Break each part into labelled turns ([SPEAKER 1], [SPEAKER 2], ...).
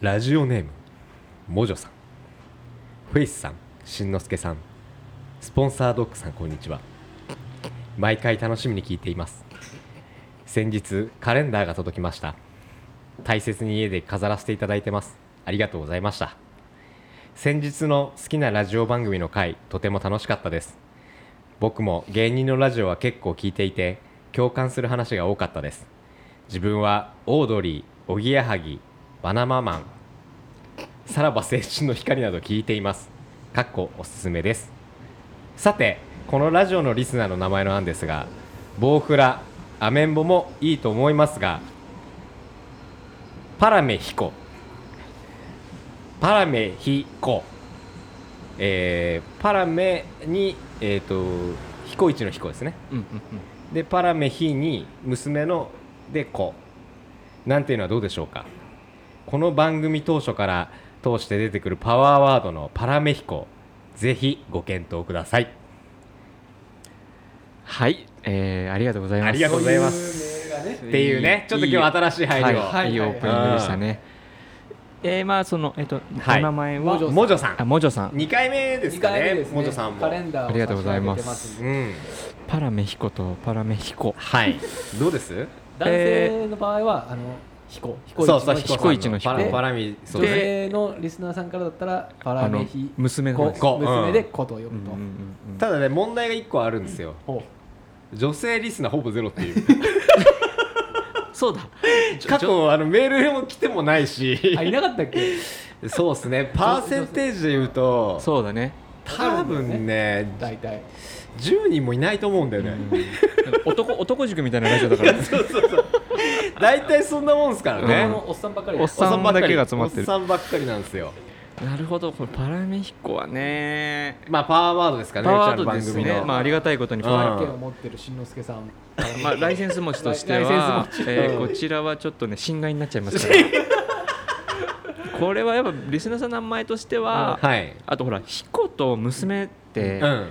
[SPEAKER 1] ラジオネームもじょさんフェイスさんしんのすけさんスポンサードッグさんこんにちは毎回楽しみに聞いています先日カレンダーが届きました大切に家で飾らせていただいてますありがとうございました先日の好きなラジオ番組の回とても楽しかったです僕も芸人のラジオは結構聞いていて共感する話が多かったです自分はオードリーおぎやはぎバナママンさらば青春の光など聞いていますかっこおすすめですさてこのラジオのリスナーの名前の案ですがボウフラアメンボもいいと思いますがパラメヒコパラメヒコえーパラメにえっ、と彦一の彦ですね
[SPEAKER 2] うんうんうん
[SPEAKER 1] でパラメヒに娘ので子なんていうのはどうでしょうかこの番組当初から通して出てくるパワーワードのパラメヒコぜひご検討ください
[SPEAKER 2] はい、えー、ありがとうございます
[SPEAKER 1] ありがとうございます
[SPEAKER 2] っ
[SPEAKER 1] っていうねちょっと今日新しい配慮を
[SPEAKER 2] はい、いいオープニングでしたねえー、まあそのえっと、
[SPEAKER 1] はい
[SPEAKER 2] お名前
[SPEAKER 3] も
[SPEAKER 2] は
[SPEAKER 3] じょ
[SPEAKER 1] もじょさ
[SPEAKER 2] あ
[SPEAKER 1] ん
[SPEAKER 2] もじょさん
[SPEAKER 1] 2回目ですかねもじょさんも
[SPEAKER 3] カレンダーを
[SPEAKER 2] ありがとうございます
[SPEAKER 3] 差し上げて
[SPEAKER 1] うん
[SPEAKER 2] パラメヒコとパラメヒコ
[SPEAKER 1] はいどうです
[SPEAKER 3] 男性の場合は、あの、彦、彦
[SPEAKER 1] そうそう
[SPEAKER 3] 一の
[SPEAKER 1] 彦
[SPEAKER 3] 彦
[SPEAKER 2] 一の
[SPEAKER 1] さ
[SPEAKER 2] 彦
[SPEAKER 1] んのパラパラミそう
[SPEAKER 3] 女
[SPEAKER 1] ですね
[SPEAKER 3] 性のリスナーさんからだったら、パ
[SPEAKER 2] あ
[SPEAKER 3] ラメ
[SPEAKER 2] の
[SPEAKER 3] ヒ。
[SPEAKER 2] 娘の方です
[SPEAKER 1] 子
[SPEAKER 3] 娘で子と呼ぶ
[SPEAKER 2] うんうん
[SPEAKER 3] と。
[SPEAKER 2] うん
[SPEAKER 1] ただね問題が1個あるんですよ
[SPEAKER 3] ほ
[SPEAKER 1] 女性リスナーほぼゼロっていう
[SPEAKER 2] そうだ
[SPEAKER 1] 過去あのメールも来てもないし
[SPEAKER 3] うあ、いなかったっけ。
[SPEAKER 1] そうですね パーセンテージで言うと
[SPEAKER 2] そうだね
[SPEAKER 1] 多分ね
[SPEAKER 3] 大体。
[SPEAKER 1] 10人もいないと思うんだよね、
[SPEAKER 2] 男男塾みたいなラジオだから
[SPEAKER 1] そうそうそう大体そんなもんですから
[SPEAKER 3] ね、
[SPEAKER 1] ね、
[SPEAKER 2] う
[SPEAKER 3] のおっさんばっかり。
[SPEAKER 2] おっさん
[SPEAKER 1] ばっかり
[SPEAKER 2] だけが集まって
[SPEAKER 1] お
[SPEAKER 2] る
[SPEAKER 1] っさんばっかり なんですよ
[SPEAKER 2] なるほどこれパラメヒコはね
[SPEAKER 1] まあパワーワードですかね
[SPEAKER 2] パワード
[SPEAKER 1] う
[SPEAKER 2] で
[SPEAKER 1] ち
[SPEAKER 2] す
[SPEAKER 1] らの番組
[SPEAKER 2] ね
[SPEAKER 1] の、
[SPEAKER 2] まあありがたいことにパワー
[SPEAKER 1] うん
[SPEAKER 3] 権を持ってるしんのすけさん。
[SPEAKER 2] まあ、ライセンス持ちとして
[SPEAKER 3] ライライセン
[SPEAKER 2] は
[SPEAKER 3] ス、
[SPEAKER 2] えーこちらはちょっとね侵害になっちゃいますからこれはやっぱリスナーさんの名前としては、
[SPEAKER 1] はい
[SPEAKER 2] あとほら「彦と娘」って
[SPEAKER 1] うん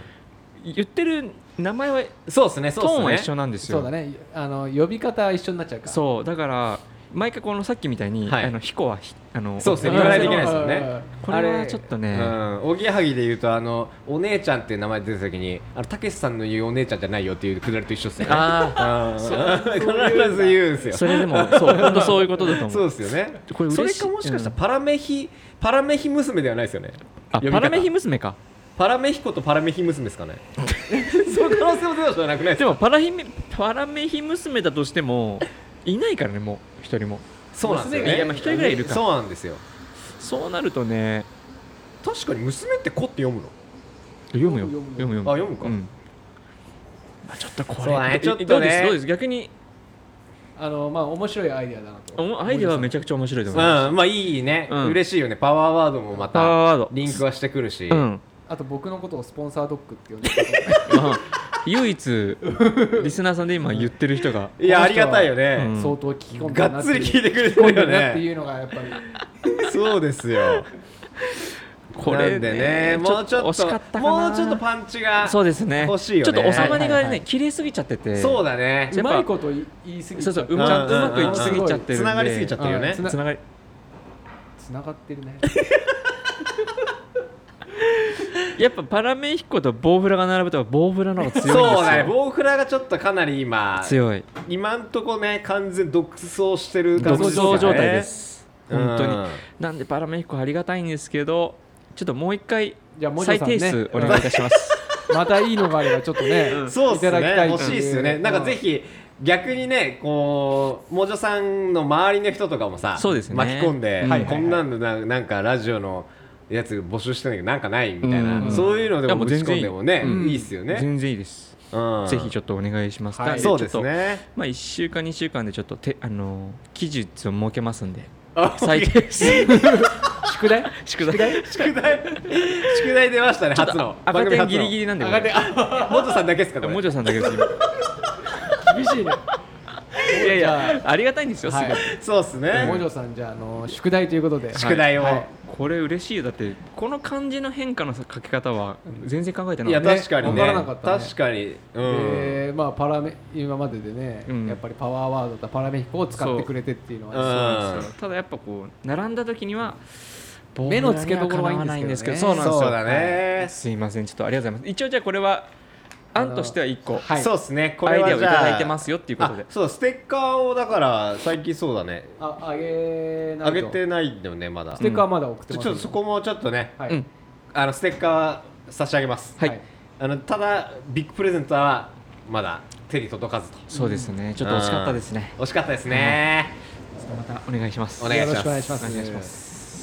[SPEAKER 2] 言ってる名前は、
[SPEAKER 1] そうですね
[SPEAKER 2] ト
[SPEAKER 1] そうです
[SPEAKER 2] ー
[SPEAKER 1] ね
[SPEAKER 2] ンは一緒なんですよ
[SPEAKER 3] そうだね、あの、呼び方一緒になっちゃうから。
[SPEAKER 2] そうだから毎回このさっきみたいに「
[SPEAKER 1] はい
[SPEAKER 2] あの彦はひあの
[SPEAKER 1] そうですね
[SPEAKER 3] ん
[SPEAKER 1] 言わないといけないですよね
[SPEAKER 3] うん
[SPEAKER 2] これはちょっと
[SPEAKER 1] う
[SPEAKER 2] ね、
[SPEAKER 1] ん、おぎやはぎで言うとあのお姉ちゃんっていう名前出た時にあのたけしさんの言うお姉ちゃんじゃないよっていうくだりと一緒ですよね
[SPEAKER 2] あ
[SPEAKER 1] あ必ず言うんです
[SPEAKER 2] あ
[SPEAKER 1] よ
[SPEAKER 2] それでもそう本当そういうことだと思う
[SPEAKER 1] そうですよね
[SPEAKER 2] これ嬉しい
[SPEAKER 1] それかもしかしたらパラメヒ、パラメヒ娘ではないですよね
[SPEAKER 2] あ
[SPEAKER 1] 呼び
[SPEAKER 2] パ
[SPEAKER 1] 方
[SPEAKER 2] ラメヒ娘か
[SPEAKER 1] パラメヒコとパラメヒ娘ですかね その可能性も出たじゃなくないです
[SPEAKER 2] で
[SPEAKER 1] か
[SPEAKER 2] もパラヒメパラメヒ娘だとしてもいないからねもう一人も
[SPEAKER 1] そうなんですよね
[SPEAKER 2] いやまあ一人ぐらいいるか
[SPEAKER 1] そうなんですよ
[SPEAKER 2] そうなるとね
[SPEAKER 1] 確かに娘って子って読むの
[SPEAKER 2] 読むよ
[SPEAKER 3] 読
[SPEAKER 2] 読
[SPEAKER 3] む
[SPEAKER 2] む読む
[SPEAKER 3] 読
[SPEAKER 1] むあ読むか
[SPEAKER 2] うんまあ、ちょっとこ
[SPEAKER 1] そうだね
[SPEAKER 2] れ
[SPEAKER 1] ちょっとね
[SPEAKER 2] どうですどうです逆に
[SPEAKER 3] あの、まあ、面白いアイデアだなと。
[SPEAKER 2] おアイデアはめちゃくちゃ面白いと
[SPEAKER 1] うん
[SPEAKER 2] 思いま
[SPEAKER 1] まあいいね、
[SPEAKER 2] うん
[SPEAKER 1] 嬉しいよねパワーワードもます
[SPEAKER 2] パ
[SPEAKER 1] た
[SPEAKER 2] ワーワード
[SPEAKER 1] リンクはしてくるし、
[SPEAKER 2] うん
[SPEAKER 3] あと、僕のことをスポンサードッグって呼んでる。
[SPEAKER 2] まあ唯一リスナーさんで今言ってる人が
[SPEAKER 1] いやありがたいよ
[SPEAKER 2] う
[SPEAKER 1] ね、
[SPEAKER 2] ん
[SPEAKER 3] 相当聞き込んで
[SPEAKER 1] が
[SPEAKER 3] るな
[SPEAKER 1] っ
[SPEAKER 3] っ
[SPEAKER 1] つ
[SPEAKER 3] て
[SPEAKER 1] り聞
[SPEAKER 3] い。
[SPEAKER 1] いうてくれて
[SPEAKER 3] 聞き込
[SPEAKER 1] る
[SPEAKER 3] ん
[SPEAKER 1] よ
[SPEAKER 3] でるなって
[SPEAKER 1] ね
[SPEAKER 3] いうのがやっぱり
[SPEAKER 1] そうですよ
[SPEAKER 2] これ
[SPEAKER 1] なんでねもうちょっと
[SPEAKER 2] 惜しかったかな
[SPEAKER 1] もうちょっとパンチが
[SPEAKER 2] そうですね
[SPEAKER 1] 欲しいよね
[SPEAKER 2] ちょっと収まりが
[SPEAKER 3] はい
[SPEAKER 2] ね、
[SPEAKER 3] はいはい
[SPEAKER 2] 綺麗すぎちゃってて
[SPEAKER 1] そうだね
[SPEAKER 3] うまいこと言い言い過ぎ
[SPEAKER 2] そうそうう
[SPEAKER 1] ちゃ
[SPEAKER 2] ま
[SPEAKER 1] ん
[SPEAKER 2] う
[SPEAKER 1] と
[SPEAKER 2] まくいきすぎちゃってるんで
[SPEAKER 1] つながりすぎちゃってるよね
[SPEAKER 3] うんつな
[SPEAKER 2] つながり
[SPEAKER 3] つながってるね
[SPEAKER 2] やっぱパラメヒコとボウフラが並ぶとボウフラの方が強いんですよ
[SPEAKER 1] そうだねボウフラがちょっとかなり今
[SPEAKER 2] 強い
[SPEAKER 1] 今んとこね完全独走してる感
[SPEAKER 2] 独
[SPEAKER 1] じす
[SPEAKER 2] 走
[SPEAKER 1] からね
[SPEAKER 2] 状態です
[SPEAKER 1] うん
[SPEAKER 2] 本当になんでパラメヒコありがたいんですけどちょっともう一回
[SPEAKER 3] じゃあもじょ
[SPEAKER 2] 再
[SPEAKER 3] さんね
[SPEAKER 2] 定数お願いいた します
[SPEAKER 3] またいいのがあればちょっとね、
[SPEAKER 1] そう
[SPEAKER 3] い
[SPEAKER 1] で
[SPEAKER 3] た
[SPEAKER 1] す
[SPEAKER 3] だきた
[SPEAKER 1] ね
[SPEAKER 3] い
[SPEAKER 1] 欲しいですよねなんかぜ
[SPEAKER 3] ひ
[SPEAKER 1] ひ逆にねこうもじょさんの周りの人とかもさ
[SPEAKER 2] そうですね
[SPEAKER 1] 巻き込んで、
[SPEAKER 2] はいはいはい
[SPEAKER 1] こんなんでななんかラジオのやつ募集してんだけどなんかないみたいな、
[SPEAKER 2] うん
[SPEAKER 1] そういうので
[SPEAKER 2] いや
[SPEAKER 1] も
[SPEAKER 2] もう
[SPEAKER 1] ぶち
[SPEAKER 2] 全然
[SPEAKER 1] 込んでもねいい,、
[SPEAKER 2] うん
[SPEAKER 1] ですよね、
[SPEAKER 2] 全然いいです
[SPEAKER 1] うん
[SPEAKER 2] ぜひちょっとお願いします
[SPEAKER 3] はい
[SPEAKER 2] なん
[SPEAKER 1] そうです
[SPEAKER 2] ちょっと
[SPEAKER 1] ね
[SPEAKER 2] まあ1週間2週間でちょっとてあのー期日を設けま すんで
[SPEAKER 1] あ
[SPEAKER 2] 最低数
[SPEAKER 3] 宿題
[SPEAKER 2] 宿題
[SPEAKER 1] 宿題宿題出ましたね初の
[SPEAKER 2] 赤点ギリギ
[SPEAKER 1] リ
[SPEAKER 2] リなんでこ
[SPEAKER 3] 上がって
[SPEAKER 2] れ
[SPEAKER 3] あ
[SPEAKER 1] もじょさんだけですかこれ
[SPEAKER 2] もじょさんだけです 今
[SPEAKER 3] 厳しいね
[SPEAKER 2] いやいやありがたいんですよすご
[SPEAKER 3] はいい
[SPEAKER 1] そうですね
[SPEAKER 3] もじょさんじゃああの宿題ということで
[SPEAKER 1] 宿題を
[SPEAKER 3] はい
[SPEAKER 2] これ嬉しいよだってこの漢字の変化の書き方は全然考えてないか
[SPEAKER 1] や
[SPEAKER 2] っ
[SPEAKER 1] 確かに
[SPEAKER 3] わ
[SPEAKER 1] ね
[SPEAKER 3] からなかったね
[SPEAKER 1] 確かにうん、
[SPEAKER 3] えーまあパラメ今まででね、
[SPEAKER 2] うん
[SPEAKER 3] やっぱりパワーワードとパラメヒコを使ってくれてっていうのは
[SPEAKER 2] たただやっぱこう並んだ時には
[SPEAKER 3] 目の付けどころはいい
[SPEAKER 2] ボールにはかなわ
[SPEAKER 3] んですけどね
[SPEAKER 2] ないんですけどそうなんですよ
[SPEAKER 1] そうだね
[SPEAKER 2] はいすいませんちょっとありがとうございます一応じゃあこれは案としては1個
[SPEAKER 3] はい
[SPEAKER 1] そうですねこ
[SPEAKER 2] ア
[SPEAKER 1] れ
[SPEAKER 2] イ
[SPEAKER 1] は
[SPEAKER 2] デアをい
[SPEAKER 1] じゃ
[SPEAKER 2] た
[SPEAKER 1] あ
[SPEAKER 2] だいてますよっていうことで
[SPEAKER 1] あそうステッカーをだから最近そうだね
[SPEAKER 3] そうなんですよああげな
[SPEAKER 1] あ
[SPEAKER 3] いと
[SPEAKER 1] げてないんだよねまだ
[SPEAKER 3] ステッカーはまだ送って
[SPEAKER 1] ちょ
[SPEAKER 3] ます
[SPEAKER 1] ちょっとそこもちょっとね、
[SPEAKER 3] はい、
[SPEAKER 2] うん
[SPEAKER 1] あのステッカーは差し上げます、
[SPEAKER 2] はい
[SPEAKER 1] あのただビッグプレゼントはまだ手に届かずと
[SPEAKER 2] そうですねちょっと惜しかったですね
[SPEAKER 1] 惜しかったですね、
[SPEAKER 2] またお願いします
[SPEAKER 1] お願いします
[SPEAKER 3] よろしくお願いします
[SPEAKER 2] お願いしま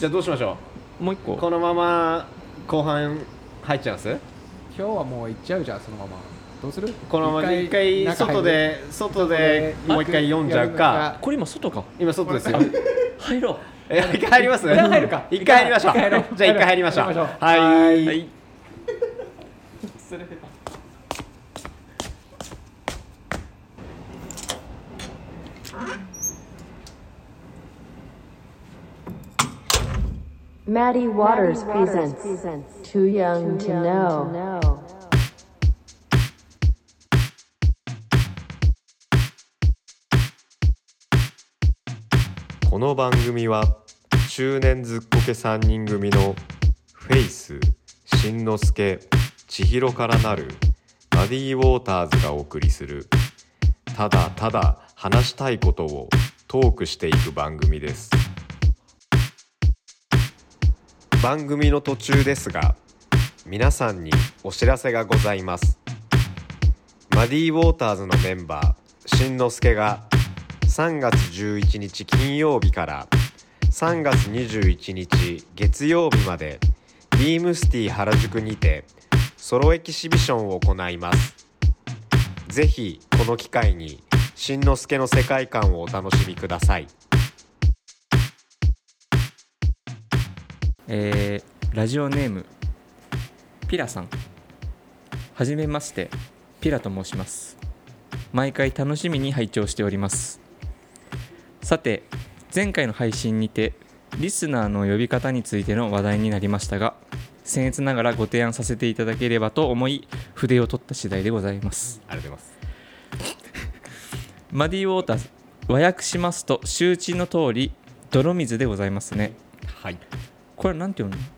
[SPEAKER 1] じゃあどうしましょ
[SPEAKER 2] もう1
[SPEAKER 1] うこ
[SPEAKER 2] 個
[SPEAKER 1] のまま後半入っちゃいます
[SPEAKER 3] 今日はもう行っちゃうじゃんそのままどうする
[SPEAKER 1] このまま一回
[SPEAKER 3] 中入る
[SPEAKER 1] 外で外でもう一回読んじゃうか
[SPEAKER 2] これ今外か
[SPEAKER 1] 今外 ですよ
[SPEAKER 2] 入ろ
[SPEAKER 1] え 一回入ります
[SPEAKER 3] 一回入るか
[SPEAKER 1] 一回入りましょう
[SPEAKER 3] 一回入ろう
[SPEAKER 1] じゃあ一回入りましょう
[SPEAKER 3] 入りましょう
[SPEAKER 1] は
[SPEAKER 2] うはいい
[SPEAKER 4] Maddie Waters, presents, Too Young, to, know.
[SPEAKER 5] この番組は中年ずっこけ3人組のフェイスしんのすけ千尋からなるバディウォーターズがお送りするただただ話したいことをトークしていく番組です番組の途中ですが皆さんにお知らせがございますマディウォーターズのメンバーしんのすけが3月11日金曜日から3月21日月曜日までビームスティ原宿にてソロエキシビションを行いますぜひこの機会にしんのすけの世界観をお楽しみください
[SPEAKER 2] えーラジオネームピラさんはじめましてピラと申します毎回楽しみに拝聴しておりますさて前回の配信にてリスナーの呼び方についての話題になりましたが僭越ながらご提案させていただければと思い筆を取った次第でございます
[SPEAKER 1] ありがとうございます
[SPEAKER 2] マディウォーターズ和訳しますと周知の通り泥水でございますね
[SPEAKER 1] はい
[SPEAKER 2] これはなんて読むの、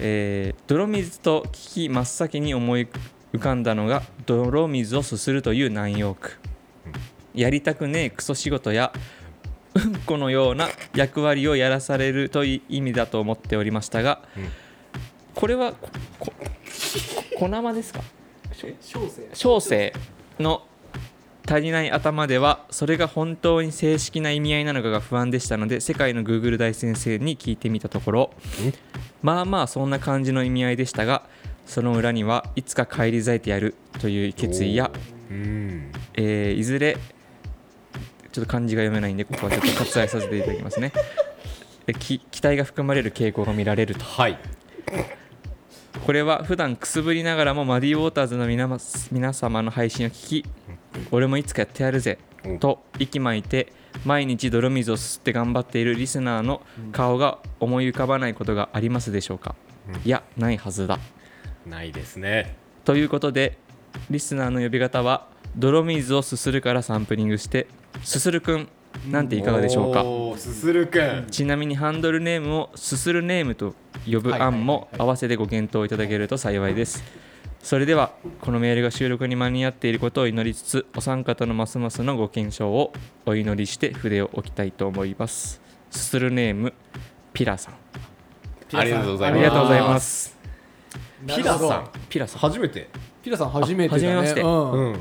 [SPEAKER 2] えー泥水と聞き真っ先に思い浮かんだのが泥水をすするという南洋区やりたくねえクソ仕事やうんこのような役割をやらされるという意味だと思っておりましたが、
[SPEAKER 1] うん
[SPEAKER 2] これはここ小生ですか
[SPEAKER 3] 小生
[SPEAKER 2] 小生の足りない頭ではそれが本当に正式な意味合いなのかが不安でしたので世界の Google 大先生に聞いてみたところまあまあそんな感じの意味合いでしたがその裏にはいつか返り咲いてやるという決意や、
[SPEAKER 1] うん
[SPEAKER 2] えーいずれちょっと漢字が読めないんでここはちょっと割愛させていただきますね えき期待が含まれる傾向が見られると
[SPEAKER 1] はい
[SPEAKER 2] これは普段くすぶりながらもマディウォーターズの皆ま皆様の配信を聞き俺もいつかやってやるぜ
[SPEAKER 1] うん
[SPEAKER 2] と息巻いて毎日泥水をすすって頑張っているリスナーの顔が思い浮かばないことがありますでしょうかいやないはずだ
[SPEAKER 1] ないですね
[SPEAKER 2] ということでリスナーの呼び方は泥水をすするからサンプリングしてすするくんなんていかがでしょうか
[SPEAKER 1] おーすするくん
[SPEAKER 2] ちなみにハンドルネームをすするネームと呼ぶ案も合わせてご検討いただけると幸いですそれではこのメールが収録に間に合っていることを祈りつつお三方のますますのご健勝をお祈りして筆を置きたいと思いますすするネームピラさん
[SPEAKER 1] ありがとうござ
[SPEAKER 2] あ
[SPEAKER 1] います
[SPEAKER 2] りがとうございます
[SPEAKER 1] ピラさん
[SPEAKER 2] ピラさん
[SPEAKER 1] 初めて
[SPEAKER 3] ピラさん初めてだ
[SPEAKER 2] あ初
[SPEAKER 3] ね
[SPEAKER 2] めまして
[SPEAKER 3] うん
[SPEAKER 1] うん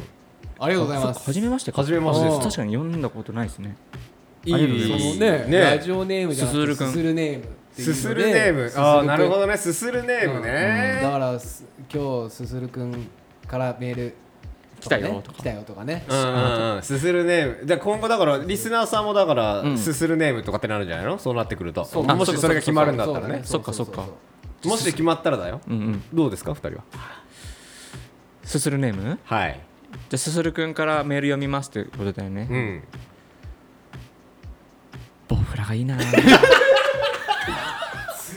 [SPEAKER 3] ありがとうございます
[SPEAKER 2] はじめましてか
[SPEAKER 1] 初めましてです
[SPEAKER 3] うん
[SPEAKER 2] 確かに読んだことないですね
[SPEAKER 1] いい
[SPEAKER 2] ありがとうございます
[SPEAKER 3] その
[SPEAKER 1] ね
[SPEAKER 3] ね
[SPEAKER 1] ね
[SPEAKER 3] ラジオネームじゃなく
[SPEAKER 2] す
[SPEAKER 3] て
[SPEAKER 2] するくん
[SPEAKER 3] すするネームっていうのです
[SPEAKER 1] するネーム
[SPEAKER 3] すすくん
[SPEAKER 1] ああなるほどねすするネーム
[SPEAKER 3] うんだ
[SPEAKER 1] ね
[SPEAKER 3] からす今日すするくんからメール
[SPEAKER 2] 来たよとか
[SPEAKER 3] 来たよとかね
[SPEAKER 1] うんうんうんすするネームで今後だからリスナーさんもだから
[SPEAKER 2] ん
[SPEAKER 1] すするネームとかってなるんじゃないのそうなってくると
[SPEAKER 3] そう
[SPEAKER 1] もしそれが決まるんだったら
[SPEAKER 3] そう
[SPEAKER 1] ね
[SPEAKER 2] そっかそっか
[SPEAKER 3] そうそう
[SPEAKER 1] もし決まったらだよ
[SPEAKER 2] うんうん
[SPEAKER 1] どうですか二人は
[SPEAKER 2] すするネーム
[SPEAKER 1] はい
[SPEAKER 2] じゃあすするくんからメール読みますということだよね
[SPEAKER 1] うん
[SPEAKER 2] ボウフラがいいな
[SPEAKER 3] そう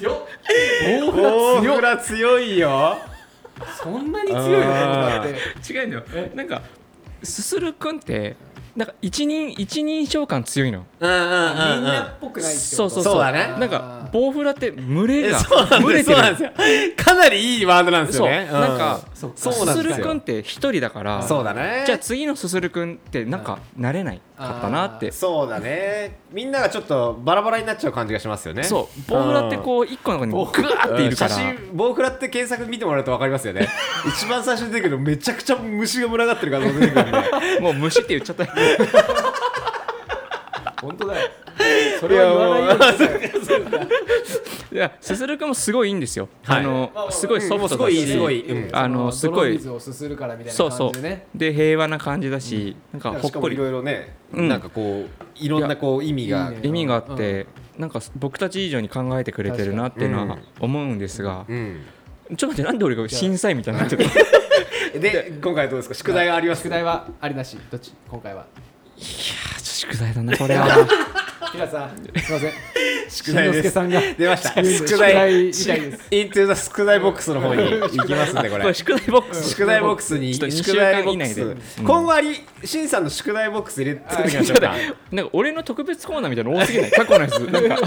[SPEAKER 3] 強
[SPEAKER 1] 大浦強いよ
[SPEAKER 3] そんなに強いのだって
[SPEAKER 2] 違うのよなんかすするくんってなんか一人一人称感強いの
[SPEAKER 1] うんうん
[SPEAKER 3] みんなっぽくないってこと
[SPEAKER 2] そうそう
[SPEAKER 1] そうだね
[SPEAKER 2] なんかボウフラって群れ
[SPEAKER 1] え
[SPEAKER 2] が
[SPEAKER 1] そうなん
[SPEAKER 2] 群
[SPEAKER 1] で
[SPEAKER 2] れ
[SPEAKER 1] すそうなんです
[SPEAKER 2] よ
[SPEAKER 1] よかなりいいワードなんです
[SPEAKER 2] そ
[SPEAKER 1] よ
[SPEAKER 2] う
[SPEAKER 1] ね
[SPEAKER 2] なんか
[SPEAKER 3] そうか
[SPEAKER 1] そ
[SPEAKER 2] す
[SPEAKER 1] うなんですすよ
[SPEAKER 2] るくんって一人だから
[SPEAKER 1] そうだね
[SPEAKER 2] じゃあ次のすするくんってなんか慣れないかったなって
[SPEAKER 1] そうだねみんながちょっとバラバラになっちゃう感じがしますよね
[SPEAKER 2] そうボウフラってこう一個の中にグワーっているから
[SPEAKER 1] 写真ボウフラって検索見てもらうと分かりますよね一番最初に出てくるのめちゃくちゃ虫が群がってる画像出てくるんで
[SPEAKER 2] もう虫って言っちゃった
[SPEAKER 3] 本当 だよそれは言わないようにしてたよ
[SPEAKER 2] いや、すするくんもすごいいいんですよ。
[SPEAKER 1] はい
[SPEAKER 2] あの、
[SPEAKER 3] まあまあ
[SPEAKER 2] すごいソフト
[SPEAKER 1] うんもう
[SPEAKER 2] だ
[SPEAKER 1] すごいすごい
[SPEAKER 2] し、
[SPEAKER 1] うん
[SPEAKER 2] あのすごい
[SPEAKER 3] 泥水をすするからみたい
[SPEAKER 2] そう
[SPEAKER 3] な
[SPEAKER 2] そ
[SPEAKER 3] 感
[SPEAKER 2] う
[SPEAKER 3] じでね。
[SPEAKER 2] で、平和な感じだし、なんかほっ
[SPEAKER 1] しか
[SPEAKER 2] こ
[SPEAKER 1] もい
[SPEAKER 2] り
[SPEAKER 1] ろいろね、
[SPEAKER 2] うん
[SPEAKER 1] なんかこういろんなこう意味が
[SPEAKER 3] いいね
[SPEAKER 2] 意味があって、なんか僕たち以上に考えてくれてるなっていうの
[SPEAKER 1] 確
[SPEAKER 2] は
[SPEAKER 1] かに
[SPEAKER 2] 思うんですが、
[SPEAKER 1] うん
[SPEAKER 2] ちょっと待って、なんで俺が審査員みたいになってる
[SPEAKER 1] で今回はどうですか宿題はあります
[SPEAKER 3] 宿題はありなしどっち今回は
[SPEAKER 2] 宿題だな、これは。
[SPEAKER 3] 平さんすいません
[SPEAKER 1] 宿
[SPEAKER 3] 新之助さんが
[SPEAKER 1] 出ました宿
[SPEAKER 3] 宿
[SPEAKER 1] 題
[SPEAKER 3] 題みたいです
[SPEAKER 1] イントゥザ宿題ボックスの方に行きますんでこ
[SPEAKER 2] これ
[SPEAKER 1] れ
[SPEAKER 2] 宿題ボックス。
[SPEAKER 1] 宿題ボックスに
[SPEAKER 2] ちょっと
[SPEAKER 1] 宿題ボッ
[SPEAKER 2] 二週間以
[SPEAKER 1] ク
[SPEAKER 2] 内
[SPEAKER 1] ス
[SPEAKER 2] でうん
[SPEAKER 1] 今後ありしんさんの宿題ボックス入れ作ってきましょうか
[SPEAKER 2] なんか俺の特別コーナーみたいなの多すぎない過去のやつなんか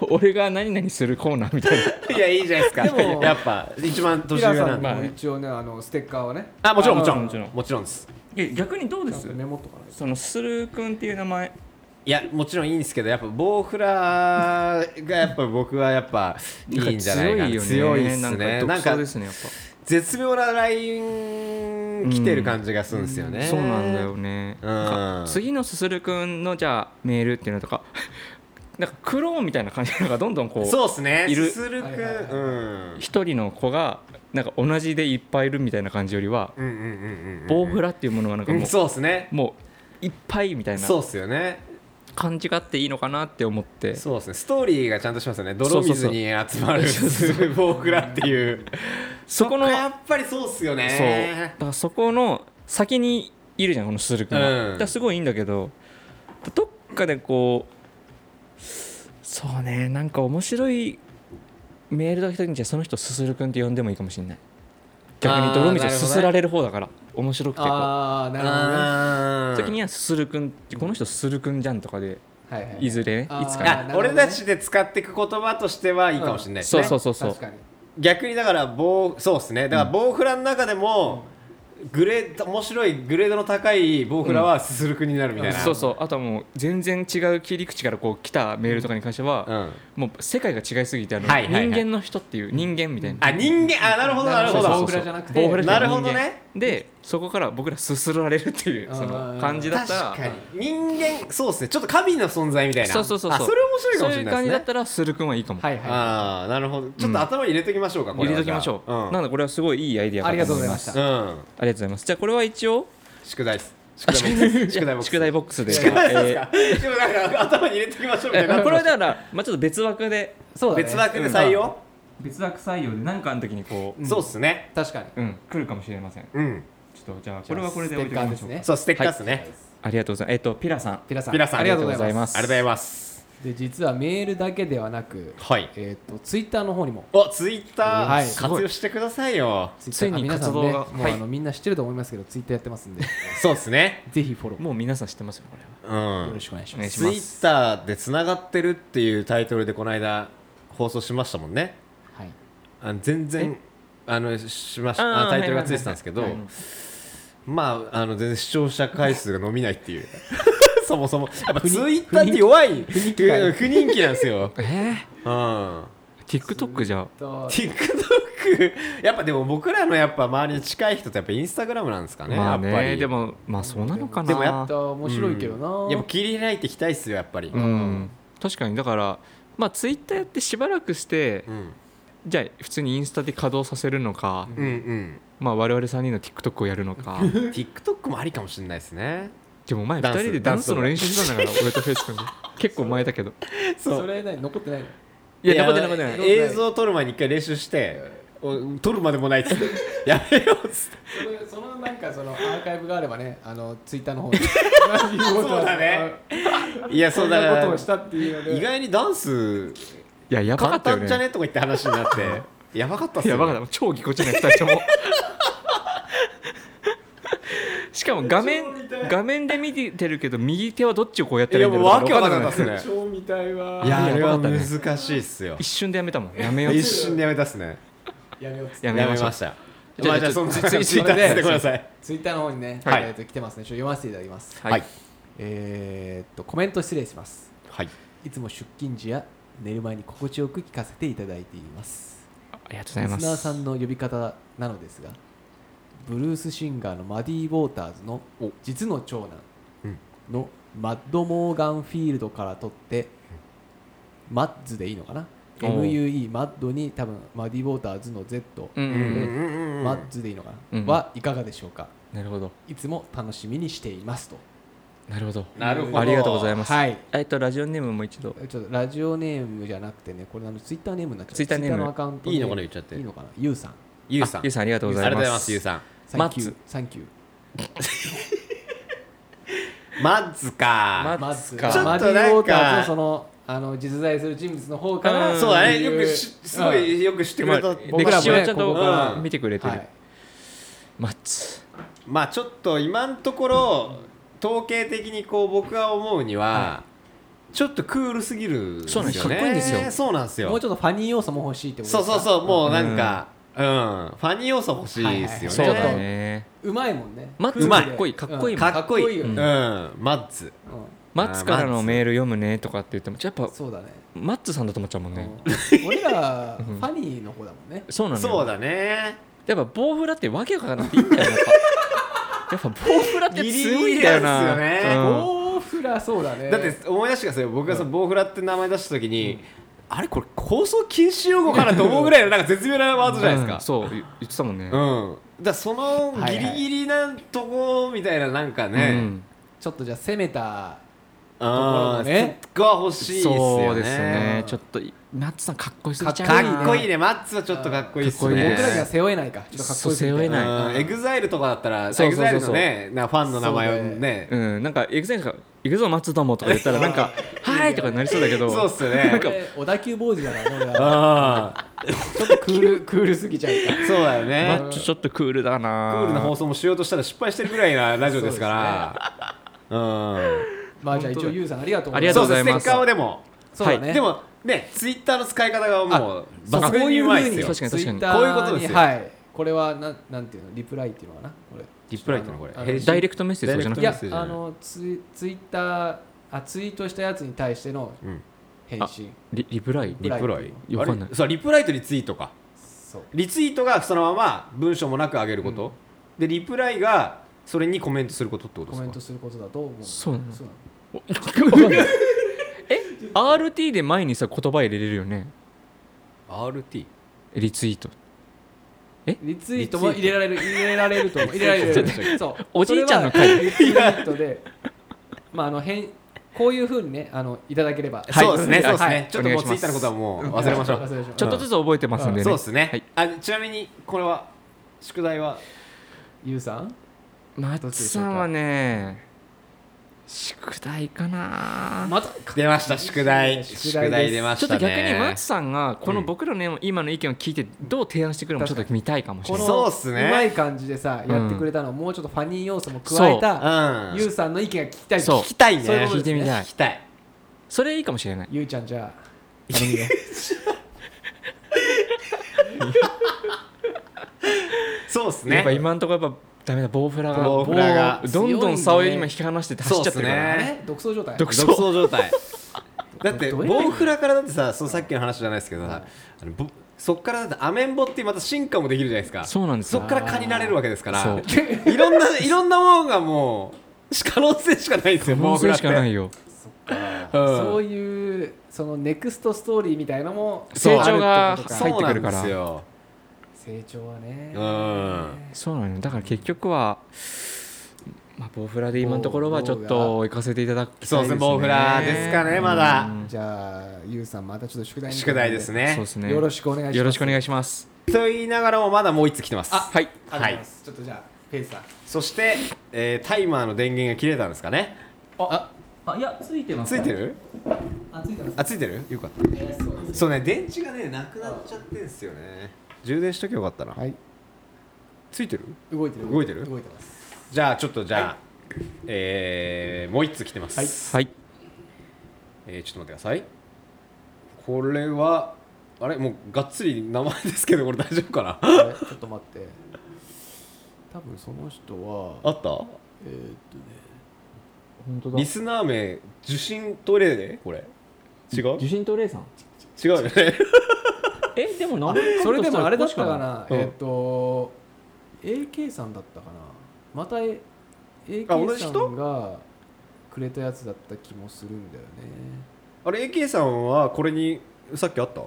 [SPEAKER 2] 俺が何々するコーナーみたいない
[SPEAKER 1] やいいじゃないですか
[SPEAKER 3] でも
[SPEAKER 1] やっぱ一番 年上
[SPEAKER 3] 平さ
[SPEAKER 1] なん
[SPEAKER 3] ん
[SPEAKER 1] で
[SPEAKER 3] も一応ねあのステッカーをね
[SPEAKER 1] あもちろんも
[SPEAKER 3] あ
[SPEAKER 1] ちろ
[SPEAKER 2] もちろ
[SPEAKER 1] ん
[SPEAKER 2] ん
[SPEAKER 1] もちろんです
[SPEAKER 2] え逆にどうで
[SPEAKER 3] なん
[SPEAKER 2] す
[SPEAKER 3] かメモっとかないと
[SPEAKER 2] そのすするくんっていう名前
[SPEAKER 1] いやもちろんいいんですけどやっぱボウフラがやっぱ僕はやっぱいいんじゃないかな強いっすね
[SPEAKER 2] なんか
[SPEAKER 1] な
[SPEAKER 2] 独
[SPEAKER 1] ん
[SPEAKER 2] 創
[SPEAKER 1] か
[SPEAKER 2] ですねやっぱ
[SPEAKER 1] 絶妙なライン来てる感じがするんですよね
[SPEAKER 2] そうなんだよね、
[SPEAKER 1] うん
[SPEAKER 2] なんか次のすするくんのじゃあメールっていうのとか なんかクローンみたいな感じのがどんどんこう
[SPEAKER 1] そうっすね
[SPEAKER 2] いる
[SPEAKER 1] すするくん
[SPEAKER 3] はいはいはい
[SPEAKER 1] うん
[SPEAKER 2] 一人の子がなんか同じでいっぱいいるみたいな感じよりは、
[SPEAKER 1] うんうんうんうん
[SPEAKER 2] ボウフ
[SPEAKER 1] ラ
[SPEAKER 2] ラっていうものはなんかもう,、
[SPEAKER 1] そうっすね
[SPEAKER 2] もういっぱいみたいな
[SPEAKER 1] そうっすよね
[SPEAKER 2] 感じがあっていいのかなって思って
[SPEAKER 1] そうですねストーリーがちゃんとしますよね泥
[SPEAKER 2] そうそう
[SPEAKER 1] 水
[SPEAKER 2] そう
[SPEAKER 1] に集ま るスーボークラっていう
[SPEAKER 2] そこの
[SPEAKER 1] っかやっぱりそうっすよ
[SPEAKER 2] そうだ
[SPEAKER 1] ね
[SPEAKER 2] からそこの先にいるじゃんこのするくん
[SPEAKER 1] うん
[SPEAKER 2] は、だからすごいいいんだけどどっかでこうそうねなんか面白いメールが来た時にじゃあその人すするくんって呼んでもいいかもしれない逆
[SPEAKER 1] あー
[SPEAKER 2] に泥
[SPEAKER 1] なるほど
[SPEAKER 2] 水を
[SPEAKER 1] ね
[SPEAKER 2] すすられる方だから、面白くてこう
[SPEAKER 3] ああなるほ
[SPEAKER 1] あー
[SPEAKER 2] 時にはすするくんってこの人すするくんじゃんとかで
[SPEAKER 3] どねはいはい
[SPEAKER 2] ずれね
[SPEAKER 3] あー
[SPEAKER 2] いつか
[SPEAKER 1] あ
[SPEAKER 2] ね
[SPEAKER 3] なるほど
[SPEAKER 1] 俺
[SPEAKER 3] ね
[SPEAKER 1] たちで使っていく言葉としてはいいかもしれないです
[SPEAKER 2] そ
[SPEAKER 1] ね、
[SPEAKER 2] うそうそうそう
[SPEAKER 3] 確かに
[SPEAKER 1] 逆にだから棒そうですねだから棒フラの中でもグレード面白いグレードの高い棒フラはすするくになるみたいな、
[SPEAKER 2] そうそうあとはもう全然違う切り口からこう来たメールとかに関しては、
[SPEAKER 1] うん
[SPEAKER 2] もう世界が違いすぎてあの、
[SPEAKER 1] はいはいはい
[SPEAKER 2] 人間の人っていう人間みたいな
[SPEAKER 1] あ人間あなるほどなるほ
[SPEAKER 3] そうそう
[SPEAKER 1] ど
[SPEAKER 3] ボウフラじゃなくて
[SPEAKER 2] ボウフラじゃ
[SPEAKER 1] な
[SPEAKER 2] い
[SPEAKER 1] るほどね
[SPEAKER 2] 人間でそこから僕らすすられるっていうその感じだったら
[SPEAKER 1] 確かに人間そうですねちょっと神の存在みたいな
[SPEAKER 2] そうそうそう
[SPEAKER 1] あそれ面白いかもしれ
[SPEAKER 2] そういう
[SPEAKER 1] ないで
[SPEAKER 2] 感じ
[SPEAKER 1] す
[SPEAKER 2] だ
[SPEAKER 1] ね
[SPEAKER 2] ったらするくんはいいかも、
[SPEAKER 3] はいは
[SPEAKER 1] ああなるほどちょっと頭に入れときましょうか、こ
[SPEAKER 2] 入
[SPEAKER 1] れ
[SPEAKER 2] れ
[SPEAKER 1] は
[SPEAKER 2] ときましょう、
[SPEAKER 1] じ
[SPEAKER 2] な
[SPEAKER 1] ゃ
[SPEAKER 2] のでこれはすごいいいアイディア
[SPEAKER 3] いありがとうございま
[SPEAKER 2] た
[SPEAKER 3] した
[SPEAKER 1] あうん、うん、
[SPEAKER 2] ありがとうございますじゃあこれは一応
[SPEAKER 1] 宿題です宿題ボッ クス宿題ボックス
[SPEAKER 2] 宿題ボックスで
[SPEAKER 1] 宿題です
[SPEAKER 2] えー
[SPEAKER 1] か、でもなんか頭に入れときましょうみたい
[SPEAKER 2] え
[SPEAKER 1] な
[SPEAKER 2] これはだから、まあ、ちょっと別枠で
[SPEAKER 3] そうだね
[SPEAKER 1] 別枠で採用、
[SPEAKER 2] 別枠採用で何かの時にこう、
[SPEAKER 1] そうっすね
[SPEAKER 3] 確かに
[SPEAKER 2] うん来るかもしれませんち
[SPEAKER 1] うん
[SPEAKER 2] ょっとじゃあこれはこれで置いておきましょうか、
[SPEAKER 3] ステッカーです
[SPEAKER 1] そうス
[SPEAKER 3] ね
[SPEAKER 1] テッカーっすね、
[SPEAKER 2] ありがとうございますえっ、とピラさん
[SPEAKER 3] 平さん
[SPEAKER 1] ピラさん
[SPEAKER 3] ありがとうございます
[SPEAKER 2] す
[SPEAKER 1] ありがとうございます
[SPEAKER 3] で実はメールだけではなく
[SPEAKER 1] はい
[SPEAKER 3] えっとツイッターの方にも
[SPEAKER 1] おツイッター、
[SPEAKER 3] はい
[SPEAKER 1] 活用してくださいよ
[SPEAKER 2] ついに活動が
[SPEAKER 3] 皆さんねもうあ
[SPEAKER 2] は
[SPEAKER 3] のみんな知ってると思いますけどツイッターやってますんで
[SPEAKER 1] そうっすね
[SPEAKER 3] ぜひフォロー
[SPEAKER 2] もう皆さん知ってますよこれは
[SPEAKER 1] う
[SPEAKER 3] よ
[SPEAKER 1] ん
[SPEAKER 3] ろしくお願いし
[SPEAKER 2] お
[SPEAKER 3] ま
[SPEAKER 2] 願
[SPEAKER 3] す
[SPEAKER 2] いし
[SPEAKER 1] ツイ
[SPEAKER 2] ます
[SPEAKER 1] ッターでつながってるっていうタイトルでこの間放送しましたもんね
[SPEAKER 3] はい
[SPEAKER 1] あの全然あのしまし
[SPEAKER 2] あー
[SPEAKER 1] あタイトルがついてたんですけど、
[SPEAKER 2] はいはいはい
[SPEAKER 1] まああの全然視聴者回数が伸びないっていうそもそもやっぱツイッターって弱い不人気不人気なんですよ、
[SPEAKER 2] えー
[SPEAKER 1] うん、
[SPEAKER 2] TikTok じゃ
[SPEAKER 3] と
[SPEAKER 1] TikTok やっぱでも僕らのやっぱ周りに近い人ってやっぱインスタグラムなんですかね、
[SPEAKER 2] まあ
[SPEAKER 1] やっぱ
[SPEAKER 2] ね
[SPEAKER 1] り
[SPEAKER 2] でもまあそうなのかな
[SPEAKER 1] でもや
[SPEAKER 3] っと面白いけどな
[SPEAKER 1] やっぱ切り開いていきたいっすよやっぱり
[SPEAKER 2] うん、確かにだからまあツイッターやってしばらくして、
[SPEAKER 1] うん
[SPEAKER 2] じゃあ普通にインスタで稼働させるのか、
[SPEAKER 1] うんうん
[SPEAKER 2] まあ我々3人の TikTok をやるのか
[SPEAKER 1] TikTok もありかもしれないですね
[SPEAKER 2] でも前
[SPEAKER 1] ダ
[SPEAKER 2] 2
[SPEAKER 1] ンス
[SPEAKER 2] 人でダンスの練習したんだから俺とフェイ ス君で結構前だけど
[SPEAKER 1] そう
[SPEAKER 3] それ何残ってないの
[SPEAKER 2] いや残ってない
[SPEAKER 1] あの
[SPEAKER 2] 残って
[SPEAKER 3] ない
[SPEAKER 1] 映像撮る前に一回練習してお撮るまでもないっつって やめようっつって
[SPEAKER 3] それそのなんかそのアーカイブがあればねあのツイッターの方にそう
[SPEAKER 1] だねいや
[SPEAKER 3] そ
[SPEAKER 1] そうんだ
[SPEAKER 3] な
[SPEAKER 1] か
[SPEAKER 3] こと
[SPEAKER 1] ら
[SPEAKER 3] をしたっていうので
[SPEAKER 1] 意外にダンス
[SPEAKER 2] いややばか
[SPEAKER 1] 簡
[SPEAKER 2] ったよ
[SPEAKER 1] 単
[SPEAKER 2] ね
[SPEAKER 1] じゃねとか言って話になって やばかったっすよ
[SPEAKER 2] やばかった超ぎこちない2人ともしかも画面画面で見てるけど右手はどっちをこうやった
[SPEAKER 1] い
[SPEAKER 2] らい
[SPEAKER 1] や
[SPEAKER 2] いんだ
[SPEAKER 1] も
[SPEAKER 2] ろ
[SPEAKER 1] う
[SPEAKER 2] う
[SPEAKER 1] わけわかんなかった
[SPEAKER 2] 分かんない
[SPEAKER 1] っすね
[SPEAKER 3] 超見たいわ
[SPEAKER 1] いやあれ
[SPEAKER 2] や
[SPEAKER 1] は
[SPEAKER 2] ばかったね
[SPEAKER 1] 難しいっすよ
[SPEAKER 2] 一瞬でやめ たもんやめよう
[SPEAKER 1] 一瞬でやめたっすね
[SPEAKER 3] やめようっつって
[SPEAKER 2] や
[SPEAKER 1] や
[SPEAKER 2] め
[SPEAKER 1] め
[SPEAKER 2] ま
[SPEAKER 1] ま
[SPEAKER 2] しょう
[SPEAKER 1] した
[SPEAKER 2] じゃ
[SPEAKER 1] ま
[SPEAKER 2] あ
[SPEAKER 1] あじゃあ
[SPEAKER 2] ち
[SPEAKER 1] そ
[SPEAKER 2] ょ
[SPEAKER 1] ん
[SPEAKER 2] っ
[SPEAKER 1] な
[SPEAKER 2] と
[SPEAKER 1] 感
[SPEAKER 2] ツイ
[SPEAKER 1] じ
[SPEAKER 2] ッ
[SPEAKER 1] で
[SPEAKER 2] ターで
[SPEAKER 1] ごめんなさい
[SPEAKER 3] ツイッターの方にね、
[SPEAKER 1] はい
[SPEAKER 3] えーと来てますねちょっと読ませていただきます、
[SPEAKER 1] はい
[SPEAKER 3] えーっとコメント失礼します
[SPEAKER 1] はい
[SPEAKER 3] いつも出勤時や寝る前に心地よく聞かせていただいています
[SPEAKER 2] ありがとうござい
[SPEAKER 3] リス
[SPEAKER 2] ます
[SPEAKER 3] ナーさんの呼び方なのですがブルースシンガーのマディ・ウォーターズの実の長
[SPEAKER 1] うん
[SPEAKER 3] 男のマッド・モーガン・フィールドから取ってマッズでいいのかな
[SPEAKER 2] おう
[SPEAKER 3] MUE マッドに多分マディ・ウォーターズの Z
[SPEAKER 2] うんうん
[SPEAKER 1] うん
[SPEAKER 2] う
[SPEAKER 1] うんんうんうん
[SPEAKER 3] マッズでいいのか
[SPEAKER 2] うん
[SPEAKER 3] なはいかがでしょうか
[SPEAKER 2] なるほど
[SPEAKER 3] いつも楽しみにしていますと
[SPEAKER 2] なるほど
[SPEAKER 1] なるほど
[SPEAKER 2] ありがとうございます
[SPEAKER 3] はい
[SPEAKER 2] えっとラジオネームもう一度
[SPEAKER 3] ちょっとラジオネームじゃなくてねこれあのツイッターネームになっちゃう
[SPEAKER 2] ツイッターネーム
[SPEAKER 3] のアカウント
[SPEAKER 1] いいのかな言っちゃって
[SPEAKER 3] いいのかなゆうさん
[SPEAKER 1] ゆうさん
[SPEAKER 2] あゆうさんありがとうござ
[SPEAKER 1] あ
[SPEAKER 2] い
[SPEAKER 1] りがとうござ
[SPEAKER 2] ま
[SPEAKER 1] います
[SPEAKER 2] す
[SPEAKER 1] ゆうさん
[SPEAKER 3] サンキュ
[SPEAKER 2] マッ
[SPEAKER 3] ー
[SPEAKER 2] ズ
[SPEAKER 3] サンキュー
[SPEAKER 1] マッズか
[SPEAKER 3] まず
[SPEAKER 2] マッツか
[SPEAKER 3] ちょっとマディ・
[SPEAKER 1] なんか
[SPEAKER 3] ウォーターズのそのあの実在する人物の方から、
[SPEAKER 1] そうだ
[SPEAKER 3] っ
[SPEAKER 1] ね
[SPEAKER 3] てい
[SPEAKER 1] よくしすご
[SPEAKER 3] うん
[SPEAKER 1] いよく知ってくれた
[SPEAKER 2] まあ
[SPEAKER 3] 僕
[SPEAKER 2] 歴
[SPEAKER 3] らもね
[SPEAKER 2] 史をちゃん
[SPEAKER 3] ここから
[SPEAKER 2] と見てくれて
[SPEAKER 3] は
[SPEAKER 2] る
[SPEAKER 3] い、
[SPEAKER 2] マッツ
[SPEAKER 1] まあちょっと今のところ統計的にこう僕が思うには、ちょっとクールすぎるんですよね
[SPEAKER 2] そうなんですかっこいいんですよ
[SPEAKER 1] そうなんですよ
[SPEAKER 3] もうちょっとファニー要素も欲しいってこと
[SPEAKER 1] そうそう
[SPEAKER 3] う
[SPEAKER 1] そうもうなんか、うんファニー要素欲しいですよね、
[SPEAKER 2] そうだね
[SPEAKER 3] うまいもんね
[SPEAKER 2] マッツ
[SPEAKER 1] うまい
[SPEAKER 2] かっこいいかっこいいもん
[SPEAKER 1] かっこいい
[SPEAKER 3] よ
[SPEAKER 1] うん、
[SPEAKER 3] ね
[SPEAKER 1] マッツ
[SPEAKER 3] う
[SPEAKER 2] マッツからのメール読むねとかって言ってもやっぱ
[SPEAKER 3] んそうだね
[SPEAKER 2] マッツさんだと思っちゃうもんね
[SPEAKER 3] うん俺らフ
[SPEAKER 2] うん
[SPEAKER 3] ァニーの方だもんね
[SPEAKER 2] そうなのよ
[SPEAKER 1] そうだね
[SPEAKER 2] やっぱボウフラってわけわからなくていいんだよやっぱやっぱボウフラって強いんだよな
[SPEAKER 1] ギリギリなんですよね
[SPEAKER 2] うん
[SPEAKER 3] 大フラそうだね
[SPEAKER 1] だって思い出してくださいよ僕がそのボウフラって名前出した時に、あれこれ放送禁止用語かなと思うぐらいのなんか絶妙なワードじゃないです
[SPEAKER 2] うん
[SPEAKER 1] か、
[SPEAKER 2] そう言言ってたもんね
[SPEAKER 1] うんだからそのギリギリなとこみたいななんかね、
[SPEAKER 2] うん
[SPEAKER 3] ちょっとじゃあ攻めた
[SPEAKER 1] ああ、
[SPEAKER 3] ね
[SPEAKER 1] そこは欲しいですよね。
[SPEAKER 2] そうですよねちょっとマッツさんかっこよすぎちゃう
[SPEAKER 1] か
[SPEAKER 2] な
[SPEAKER 1] っこいいね、マッツはちょっとかっこいいです
[SPEAKER 2] かっこいい
[SPEAKER 1] ね。
[SPEAKER 3] 僕らには背負えないかちょっとかっこいい
[SPEAKER 2] そう背負えない
[SPEAKER 1] うんエグザイルとかだったら、エグ
[SPEAKER 2] そうそうそ
[SPEAKER 1] ザ
[SPEAKER 2] うそ
[SPEAKER 1] イ
[SPEAKER 2] う
[SPEAKER 1] ルのね、なファンの名前をね。
[SPEAKER 2] うんなんかエグザイルが「行くぞマッツども」とか言ったらなんか「はい」とかなりそうだけど
[SPEAKER 1] そうっすよ
[SPEAKER 2] な
[SPEAKER 1] ね
[SPEAKER 2] ん。か
[SPEAKER 3] 小田急坊主だからね俺ら
[SPEAKER 1] あ
[SPEAKER 3] ちょっとクールクールすぎちゃうか
[SPEAKER 1] あ、そうだよ
[SPEAKER 2] マ
[SPEAKER 1] ね。
[SPEAKER 2] ッツちょっとクールだな
[SPEAKER 1] クールな放送もしようとしたら失敗してるぐらいなラジオですから。うん。
[SPEAKER 3] まあじゃあ一応ゆうさんありがとう
[SPEAKER 2] ありがとうご
[SPEAKER 1] そう
[SPEAKER 2] ざ
[SPEAKER 1] です、ス
[SPEAKER 2] いま
[SPEAKER 1] テ
[SPEAKER 2] す
[SPEAKER 1] ッカーをでも。
[SPEAKER 3] そうだ
[SPEAKER 2] は
[SPEAKER 3] ね
[SPEAKER 1] でも、ね、ツイッターの使い方がもう、
[SPEAKER 3] そう
[SPEAKER 1] 抜群にうまいですよ
[SPEAKER 2] こういう風に。確かに確かに
[SPEAKER 3] Twitter
[SPEAKER 1] こういうことですよ
[SPEAKER 3] はいこれはなんなんていうのリプライっていうのかなこれ
[SPEAKER 1] リプライっていうのこれ
[SPEAKER 3] あ
[SPEAKER 1] 返信
[SPEAKER 2] ダイレクトメッセージとかじゃないく
[SPEAKER 1] ダイレ
[SPEAKER 2] て
[SPEAKER 1] ク
[SPEAKER 3] やあのツイツイッターあツイートしたやつに対しての
[SPEAKER 1] うん
[SPEAKER 3] 返信
[SPEAKER 2] リリプライ
[SPEAKER 1] リプライ
[SPEAKER 2] リプライ
[SPEAKER 1] あ
[SPEAKER 2] わかんない
[SPEAKER 1] れそう、リプライとリツイートか。
[SPEAKER 3] そう
[SPEAKER 1] リツイートがそのまま文章もなく上げること、でリプライがそれにコメントすることってことで
[SPEAKER 3] コ
[SPEAKER 1] すか
[SPEAKER 3] メントすることだと思う
[SPEAKER 2] そうなの
[SPEAKER 3] そうなの
[SPEAKER 2] おわかんない え RT で前にさ言葉入れれるよね
[SPEAKER 1] RT
[SPEAKER 2] リツイート
[SPEAKER 3] リツイートも入れられる入れられると思う入れられ
[SPEAKER 1] リツイー
[SPEAKER 3] るそう
[SPEAKER 2] おじいちゃんの
[SPEAKER 3] それ
[SPEAKER 2] 会
[SPEAKER 3] はリツイートで まああの返こういうふうにねあのいただければ
[SPEAKER 2] はい
[SPEAKER 1] そうですね、
[SPEAKER 2] は
[SPEAKER 1] そう
[SPEAKER 2] い
[SPEAKER 1] ですね、
[SPEAKER 2] はい
[SPEAKER 1] ちょっともう
[SPEAKER 2] お
[SPEAKER 1] ツ
[SPEAKER 2] 願
[SPEAKER 1] イ
[SPEAKER 2] い
[SPEAKER 1] ッ
[SPEAKER 2] し
[SPEAKER 1] ターの
[SPEAKER 2] ます
[SPEAKER 1] ことはもう忘れましょう、
[SPEAKER 3] 忘れましょ
[SPEAKER 2] ちょっとずつ覚えてますんでね
[SPEAKER 1] そうですね、
[SPEAKER 2] はい
[SPEAKER 1] あちなみにこれは宿題は
[SPEAKER 3] ゆうさん
[SPEAKER 2] マッツさんはね宿題かな、
[SPEAKER 3] また
[SPEAKER 1] 出ました宿題
[SPEAKER 3] 宿
[SPEAKER 1] 宿
[SPEAKER 3] 題です
[SPEAKER 1] 題出ま
[SPEAKER 2] ちょ
[SPEAKER 1] し
[SPEAKER 2] ったと
[SPEAKER 1] ね
[SPEAKER 2] 逆にマッツさんがこの
[SPEAKER 1] うん
[SPEAKER 2] 僕らのね今の意見を聞いてどう提案してくるのかちょっと見たいかもしれ
[SPEAKER 3] こ
[SPEAKER 2] な
[SPEAKER 3] の
[SPEAKER 2] い
[SPEAKER 1] そうっすね
[SPEAKER 3] うまい感じでさ
[SPEAKER 2] うん
[SPEAKER 3] やってくれたのをもうちょっとファニー要素も加えた
[SPEAKER 1] うん
[SPEAKER 3] ゆうさんの意見が聞きたい
[SPEAKER 2] そう
[SPEAKER 1] 聞きたいね
[SPEAKER 3] そういうこと
[SPEAKER 2] 聞いてみたい
[SPEAKER 1] 聞きたい
[SPEAKER 2] それいいかもしれない
[SPEAKER 3] ゆうちゃんじゃあ頼むよ
[SPEAKER 1] そうです
[SPEAKER 2] やっぱ
[SPEAKER 1] ね
[SPEAKER 2] 今のところやっぱダメだボウフラが
[SPEAKER 1] ボウフラが
[SPEAKER 2] ボウどんどん差を今引き離してて走っちゃってるか
[SPEAKER 1] そ
[SPEAKER 2] ら
[SPEAKER 1] うっ
[SPEAKER 2] ね
[SPEAKER 1] すね
[SPEAKER 3] あれ独走状態
[SPEAKER 2] 独
[SPEAKER 1] 独走状態だって
[SPEAKER 3] どうやればいい
[SPEAKER 1] ボウフラからだってさそのさっきの話じゃないですけど
[SPEAKER 3] はい
[SPEAKER 1] さあのぼそっからだってアメンボってまた進化もできるじゃないですか
[SPEAKER 2] そうなんですよ
[SPEAKER 1] そっから蚊になれるわけですか
[SPEAKER 2] そ
[SPEAKER 1] ら
[SPEAKER 2] う
[SPEAKER 1] いろんないろんなものがもうし可能性しかないですよ
[SPEAKER 2] も
[SPEAKER 1] ボ
[SPEAKER 2] う
[SPEAKER 1] ウ
[SPEAKER 2] そ
[SPEAKER 1] フ
[SPEAKER 2] れ
[SPEAKER 1] ラ
[SPEAKER 2] しかないいよ
[SPEAKER 3] そういうそのネクストストーリーみたいのも
[SPEAKER 2] 成長が
[SPEAKER 3] あるってこと
[SPEAKER 1] そ
[SPEAKER 2] 入
[SPEAKER 3] か
[SPEAKER 1] う
[SPEAKER 2] ってく
[SPEAKER 1] な
[SPEAKER 2] る
[SPEAKER 1] ん
[SPEAKER 2] か
[SPEAKER 1] で
[SPEAKER 2] ら
[SPEAKER 1] すよ
[SPEAKER 3] 成長はね
[SPEAKER 1] うん
[SPEAKER 2] そうなのよだから結局は、まあ、ボウフラで今のところはちょっと行かせていただきたいですね
[SPEAKER 1] そうですねボウフラですかねまだ
[SPEAKER 2] うん
[SPEAKER 3] じゃあゆうさんまたちょっと宿題に
[SPEAKER 1] 宿題です
[SPEAKER 2] そう
[SPEAKER 1] ね
[SPEAKER 2] ですね
[SPEAKER 3] よろしくお願いします
[SPEAKER 2] よろしくお願いします
[SPEAKER 1] と言いながらもまだもう一つ来てます
[SPEAKER 2] あはい
[SPEAKER 3] ありがとうございますちょっとじゃあペイさん
[SPEAKER 1] そしてえータイマーの電源が切れたんですかね
[SPEAKER 3] あ
[SPEAKER 6] あいやついてます
[SPEAKER 1] ついてる
[SPEAKER 6] あついてます
[SPEAKER 1] あついてるよかっ
[SPEAKER 6] えーそうで
[SPEAKER 1] た
[SPEAKER 6] す
[SPEAKER 1] そうね電池がねなくなっちゃってんすよね充電しときゃよかったな、
[SPEAKER 3] はい
[SPEAKER 1] ついてる
[SPEAKER 3] 動いてる
[SPEAKER 1] 動いてる
[SPEAKER 3] 動いてます
[SPEAKER 1] じゃあちょっとじゃあ、えーもう一つ来てます、
[SPEAKER 2] はい
[SPEAKER 1] えーちょっと待ってくださいこれはあれもうがっつり名前ですけどこれ大丈夫かな
[SPEAKER 3] あれちょっと待って多分その人
[SPEAKER 1] あ
[SPEAKER 3] は
[SPEAKER 1] った
[SPEAKER 3] えーっとね
[SPEAKER 6] 本当だ
[SPEAKER 1] リスナー名受信トレーでこれ違う
[SPEAKER 6] 受信トレイさん
[SPEAKER 1] 違うよね
[SPEAKER 6] えでも名前
[SPEAKER 3] それでもあれだったか
[SPEAKER 6] な
[SPEAKER 3] な、
[SPEAKER 1] うん
[SPEAKER 3] えーっと AK さんだったかなまたえ AK
[SPEAKER 1] あ同じ
[SPEAKER 3] さ
[SPEAKER 1] 人
[SPEAKER 3] んがくれたやつだった気もするんだよね
[SPEAKER 1] あれ AK さんはこれにさっきあった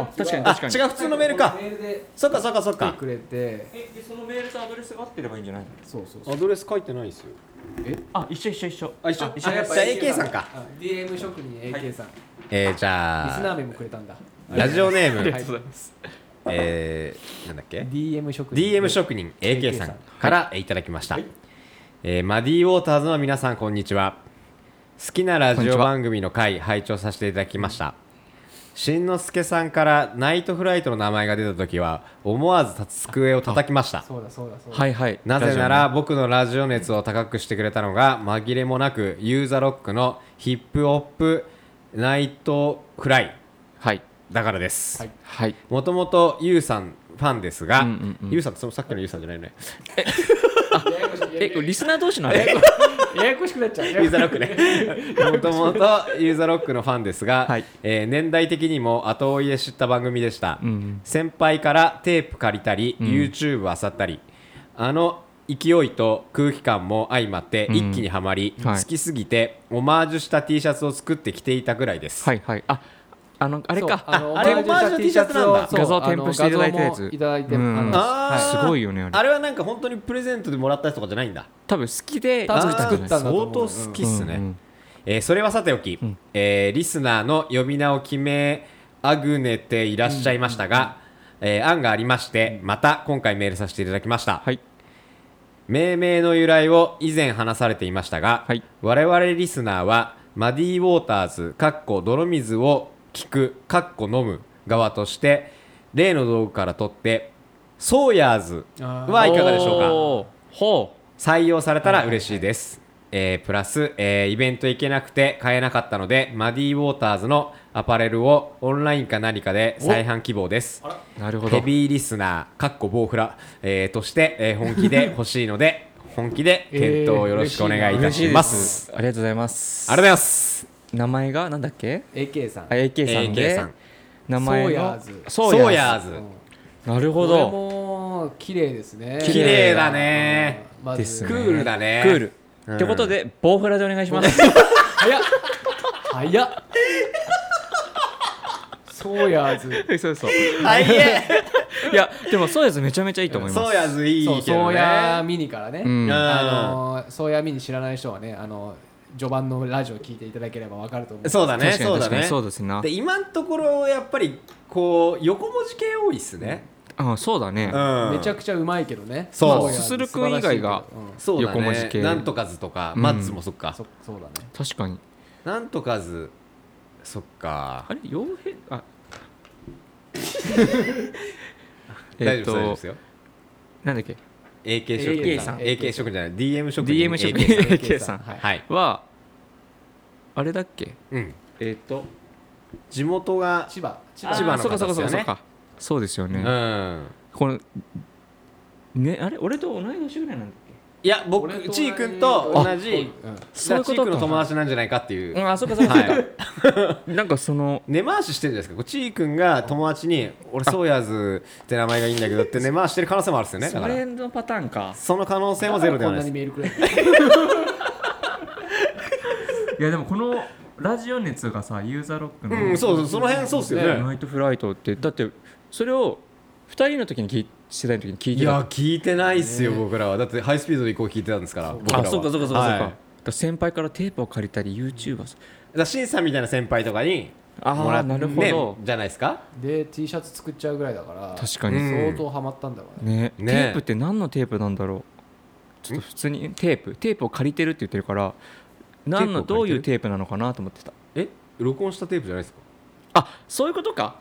[SPEAKER 2] あ確かに
[SPEAKER 1] あ
[SPEAKER 2] 確かに
[SPEAKER 1] 違う普通のメールか
[SPEAKER 6] メールで
[SPEAKER 1] そっかそっかそっ
[SPEAKER 3] 来て
[SPEAKER 1] か
[SPEAKER 3] くれて
[SPEAKER 2] えでそのメールとアドレスが合ってればいいんじゃないの
[SPEAKER 3] そうそうそ
[SPEAKER 1] ア
[SPEAKER 3] う
[SPEAKER 1] ドレス書いてないですよ
[SPEAKER 2] あ一緒一緒一緒
[SPEAKER 1] あ一緒
[SPEAKER 2] 一緒
[SPEAKER 1] あやっぱ
[SPEAKER 2] じゃあ
[SPEAKER 1] AK さんか
[SPEAKER 3] あ DM 職人 AK さん、
[SPEAKER 1] えー、じ
[SPEAKER 3] リスナ
[SPEAKER 1] ゃ
[SPEAKER 3] ー
[SPEAKER 1] あ
[SPEAKER 3] 名もくれたんだ
[SPEAKER 1] ラジオネ
[SPEAKER 2] ありが
[SPEAKER 1] ー
[SPEAKER 2] と
[SPEAKER 1] ム
[SPEAKER 2] うございます
[SPEAKER 1] えー、なんだっけ
[SPEAKER 3] DM 職人
[SPEAKER 1] DM 職人 AK さんからいただきました、えーマディウォーターズの皆さんこんにちは好きなラジオ番組の回拝聴させていただきましたしんのすけさんからナイトフライトの名前が出た時は思わず机を叩きました
[SPEAKER 3] そうだそうだそうだ、
[SPEAKER 2] はいはい
[SPEAKER 1] なぜなら僕のラジオ熱を高くしてくれたのが紛れもなくユーザロックのヒップホップナイトフライ
[SPEAKER 2] はい
[SPEAKER 1] だからです、
[SPEAKER 3] はい
[SPEAKER 2] はい
[SPEAKER 1] もともとユウさんファンですが、
[SPEAKER 2] う
[SPEAKER 1] ユ
[SPEAKER 2] ん
[SPEAKER 1] ウ
[SPEAKER 2] うんうん
[SPEAKER 1] さんってそのさっきのユウさんじゃないよね。
[SPEAKER 2] えこれリスナー同士のあれ
[SPEAKER 3] ややこしくなっちゃう
[SPEAKER 1] ユーザーロック ね。もともとユーザーロックのファンですが、
[SPEAKER 2] はい
[SPEAKER 1] えー年代的にも後追いで知った番組でした。
[SPEAKER 2] うん
[SPEAKER 1] 先輩からテープ借りたり、
[SPEAKER 2] ん
[SPEAKER 1] YouTube 漁ったり、あの勢いと空気感も相まって
[SPEAKER 2] うん
[SPEAKER 1] 一気にはまり、
[SPEAKER 2] はい
[SPEAKER 1] 好きすぎてオマージュした T シャツを作って着ていたぐらいです。
[SPEAKER 2] はいはいああのあれか
[SPEAKER 3] そうあの
[SPEAKER 1] あれ
[SPEAKER 3] オマージュした T シャツ
[SPEAKER 1] オ
[SPEAKER 3] を
[SPEAKER 1] マー
[SPEAKER 2] ジュの T シャツなんだ画像添付していただいたやつ
[SPEAKER 3] あの画像もいただいて
[SPEAKER 2] うん
[SPEAKER 3] あの
[SPEAKER 1] あー
[SPEAKER 2] すごいよねあれ
[SPEAKER 1] あれはなんか本当にプレゼントでもらったやつとかじゃないんだ。
[SPEAKER 2] 多分好きで
[SPEAKER 3] 多
[SPEAKER 2] 作
[SPEAKER 3] 分
[SPEAKER 2] ったんじゃない
[SPEAKER 3] 作ったんだと思う
[SPEAKER 1] 相当好きっすね。
[SPEAKER 2] うんうん
[SPEAKER 1] えーそれはさておき、
[SPEAKER 2] ん
[SPEAKER 1] えーリスナーの呼び名を決めあぐねていらっしゃいましたが、えー案がありましてまた今回メールさせていただきました、
[SPEAKER 2] はい
[SPEAKER 1] 命名の由来を以前話されていましたが、
[SPEAKER 2] はい
[SPEAKER 1] 我々リスナーはマディウォーターズかっこ泥水を聞くかっこ飲む側として例の道具から取ってソーヤーズはいかがでしょうか
[SPEAKER 2] おーほう
[SPEAKER 1] 採用されたら嬉しいです、えープラス、えーイベント行けなくて買えなかったのでマディウォーターズのアパレルをオンラインか何かで再販希望です
[SPEAKER 2] なるほど
[SPEAKER 1] ヘビーリスナーかっこボウフラ、えーとして、えー本気 で欲しいので本気で検討をよろしくお願いいたします、
[SPEAKER 2] ありがとうございます
[SPEAKER 1] ありがとうございます
[SPEAKER 2] 名前がなんだっけ
[SPEAKER 3] AK さん
[SPEAKER 2] あ AK さん
[SPEAKER 1] AK
[SPEAKER 2] で
[SPEAKER 1] さん
[SPEAKER 2] 名前
[SPEAKER 3] ソーヤー
[SPEAKER 2] が
[SPEAKER 3] ズ
[SPEAKER 1] ソ
[SPEAKER 2] ソ
[SPEAKER 1] ーヤーズ
[SPEAKER 2] なるほ
[SPEAKER 3] これ
[SPEAKER 2] ど
[SPEAKER 3] も綺麗ですね
[SPEAKER 1] 綺麗だね
[SPEAKER 3] まず
[SPEAKER 2] ですね
[SPEAKER 1] クールだね
[SPEAKER 2] クール
[SPEAKER 1] うん
[SPEAKER 2] ってことでボウフラでお願いします
[SPEAKER 3] 早っ早っソーヤーズ
[SPEAKER 2] そうそう
[SPEAKER 1] はいえ
[SPEAKER 2] いやでもそうやつめちゃめちゃいいと思います
[SPEAKER 1] ソーヤーズいいけど
[SPEAKER 3] そ
[SPEAKER 1] ね
[SPEAKER 3] うソーヤーミニからね、
[SPEAKER 2] うん
[SPEAKER 3] あのーソーヤーミニ知らない人はねあの序盤のラジオ聞いていただければわかると思う
[SPEAKER 1] そうだね
[SPEAKER 2] 確かに
[SPEAKER 1] そうだ
[SPEAKER 2] 確かに
[SPEAKER 1] ね
[SPEAKER 2] そうですな
[SPEAKER 1] で今のところやっぱりこう横文字系多いっすね、
[SPEAKER 2] あそうだね
[SPEAKER 1] うん
[SPEAKER 3] めちゃくちゃうまいけどね
[SPEAKER 1] そう
[SPEAKER 3] ソーヤーズ
[SPEAKER 2] すするくん以外が
[SPEAKER 3] 素晴らしいけどうん
[SPEAKER 1] そうだね
[SPEAKER 2] 横文字系
[SPEAKER 1] なんとかずとか、
[SPEAKER 2] うん
[SPEAKER 1] マッツもそっか
[SPEAKER 3] そそうだね
[SPEAKER 2] 確かに
[SPEAKER 1] なんとかずそっか
[SPEAKER 2] あれ傭兵 あ
[SPEAKER 1] 大
[SPEAKER 2] えっ
[SPEAKER 1] 丈夫
[SPEAKER 2] と
[SPEAKER 1] ですよ
[SPEAKER 2] なんだっけ
[SPEAKER 1] AK 職人
[SPEAKER 3] AK さん
[SPEAKER 1] AK 職人じゃない DM 職人
[SPEAKER 2] DM 職人
[SPEAKER 1] AK さ
[SPEAKER 2] AK さん
[SPEAKER 1] んはい、
[SPEAKER 2] はあれだっけ
[SPEAKER 1] うん、
[SPEAKER 2] えっと
[SPEAKER 1] 地元が
[SPEAKER 3] 千葉千
[SPEAKER 1] あー
[SPEAKER 3] 葉
[SPEAKER 1] 千葉の
[SPEAKER 2] そうか
[SPEAKER 1] 方
[SPEAKER 2] そ
[SPEAKER 1] で
[SPEAKER 2] う
[SPEAKER 1] す
[SPEAKER 2] かそう
[SPEAKER 1] よね
[SPEAKER 2] かそうかそうですよ
[SPEAKER 1] う
[SPEAKER 2] ね
[SPEAKER 1] ん
[SPEAKER 2] このねあれ俺と同い年ぐらいなんだっ
[SPEAKER 1] いや僕
[SPEAKER 3] 俺
[SPEAKER 1] ちーくんと同じ
[SPEAKER 3] うん
[SPEAKER 1] ち
[SPEAKER 2] そういう
[SPEAKER 1] ー
[SPEAKER 2] こ
[SPEAKER 1] く
[SPEAKER 2] と
[SPEAKER 1] ん
[SPEAKER 2] か
[SPEAKER 1] の友達なんじゃないかっていう、
[SPEAKER 2] けあそうかそうかそう
[SPEAKER 1] は
[SPEAKER 2] か
[SPEAKER 1] い
[SPEAKER 2] なんかその
[SPEAKER 1] 根回ししてるんじゃないですかこうちーくんが友達に「俺ソーヤーズって名前がいいんだけど」って根回してる可能性もあるんですよねだ
[SPEAKER 2] そ
[SPEAKER 1] か
[SPEAKER 2] れ
[SPEAKER 1] ら
[SPEAKER 2] のパター ンか
[SPEAKER 1] その可能性もゼロではない
[SPEAKER 3] こんなに
[SPEAKER 1] です
[SPEAKER 3] メールくれる
[SPEAKER 2] いやでもこのラジオ熱がさユーザーロック
[SPEAKER 1] うんそうそうその辺そうっすよね
[SPEAKER 2] ナイトフライトってだってそれを2人の時に聞い世代の時に聞い
[SPEAKER 1] い
[SPEAKER 2] て
[SPEAKER 1] や
[SPEAKER 2] た
[SPEAKER 1] 聞いてないっすよ、僕らはだってハイスピードで行こう聞いてたんですから僕らは
[SPEAKER 2] あそうかそうかそうかそうか、
[SPEAKER 1] はい
[SPEAKER 2] だから先輩からテープを借りたり YouTuber さ
[SPEAKER 1] だ
[SPEAKER 2] ん
[SPEAKER 1] からしんさんみたいな先輩とかに
[SPEAKER 2] あ
[SPEAKER 1] もら
[SPEAKER 2] あ
[SPEAKER 1] っ
[SPEAKER 2] なるほど、
[SPEAKER 1] ね、じゃないですか
[SPEAKER 3] で T シャツ作っちゃうぐらいだから
[SPEAKER 2] 確かに、
[SPEAKER 1] うん
[SPEAKER 3] 相当ハマったんだからね
[SPEAKER 2] ね
[SPEAKER 1] ね
[SPEAKER 2] テープって何のテープなんだろうちょっと普通にテープテープを借りてるって言ってるから何の
[SPEAKER 1] 結構
[SPEAKER 2] ど
[SPEAKER 1] 借り
[SPEAKER 2] う
[SPEAKER 1] てる
[SPEAKER 2] いうテープなのかなと思ってた
[SPEAKER 1] え録音したテープじゃない ですか
[SPEAKER 2] あそういうことか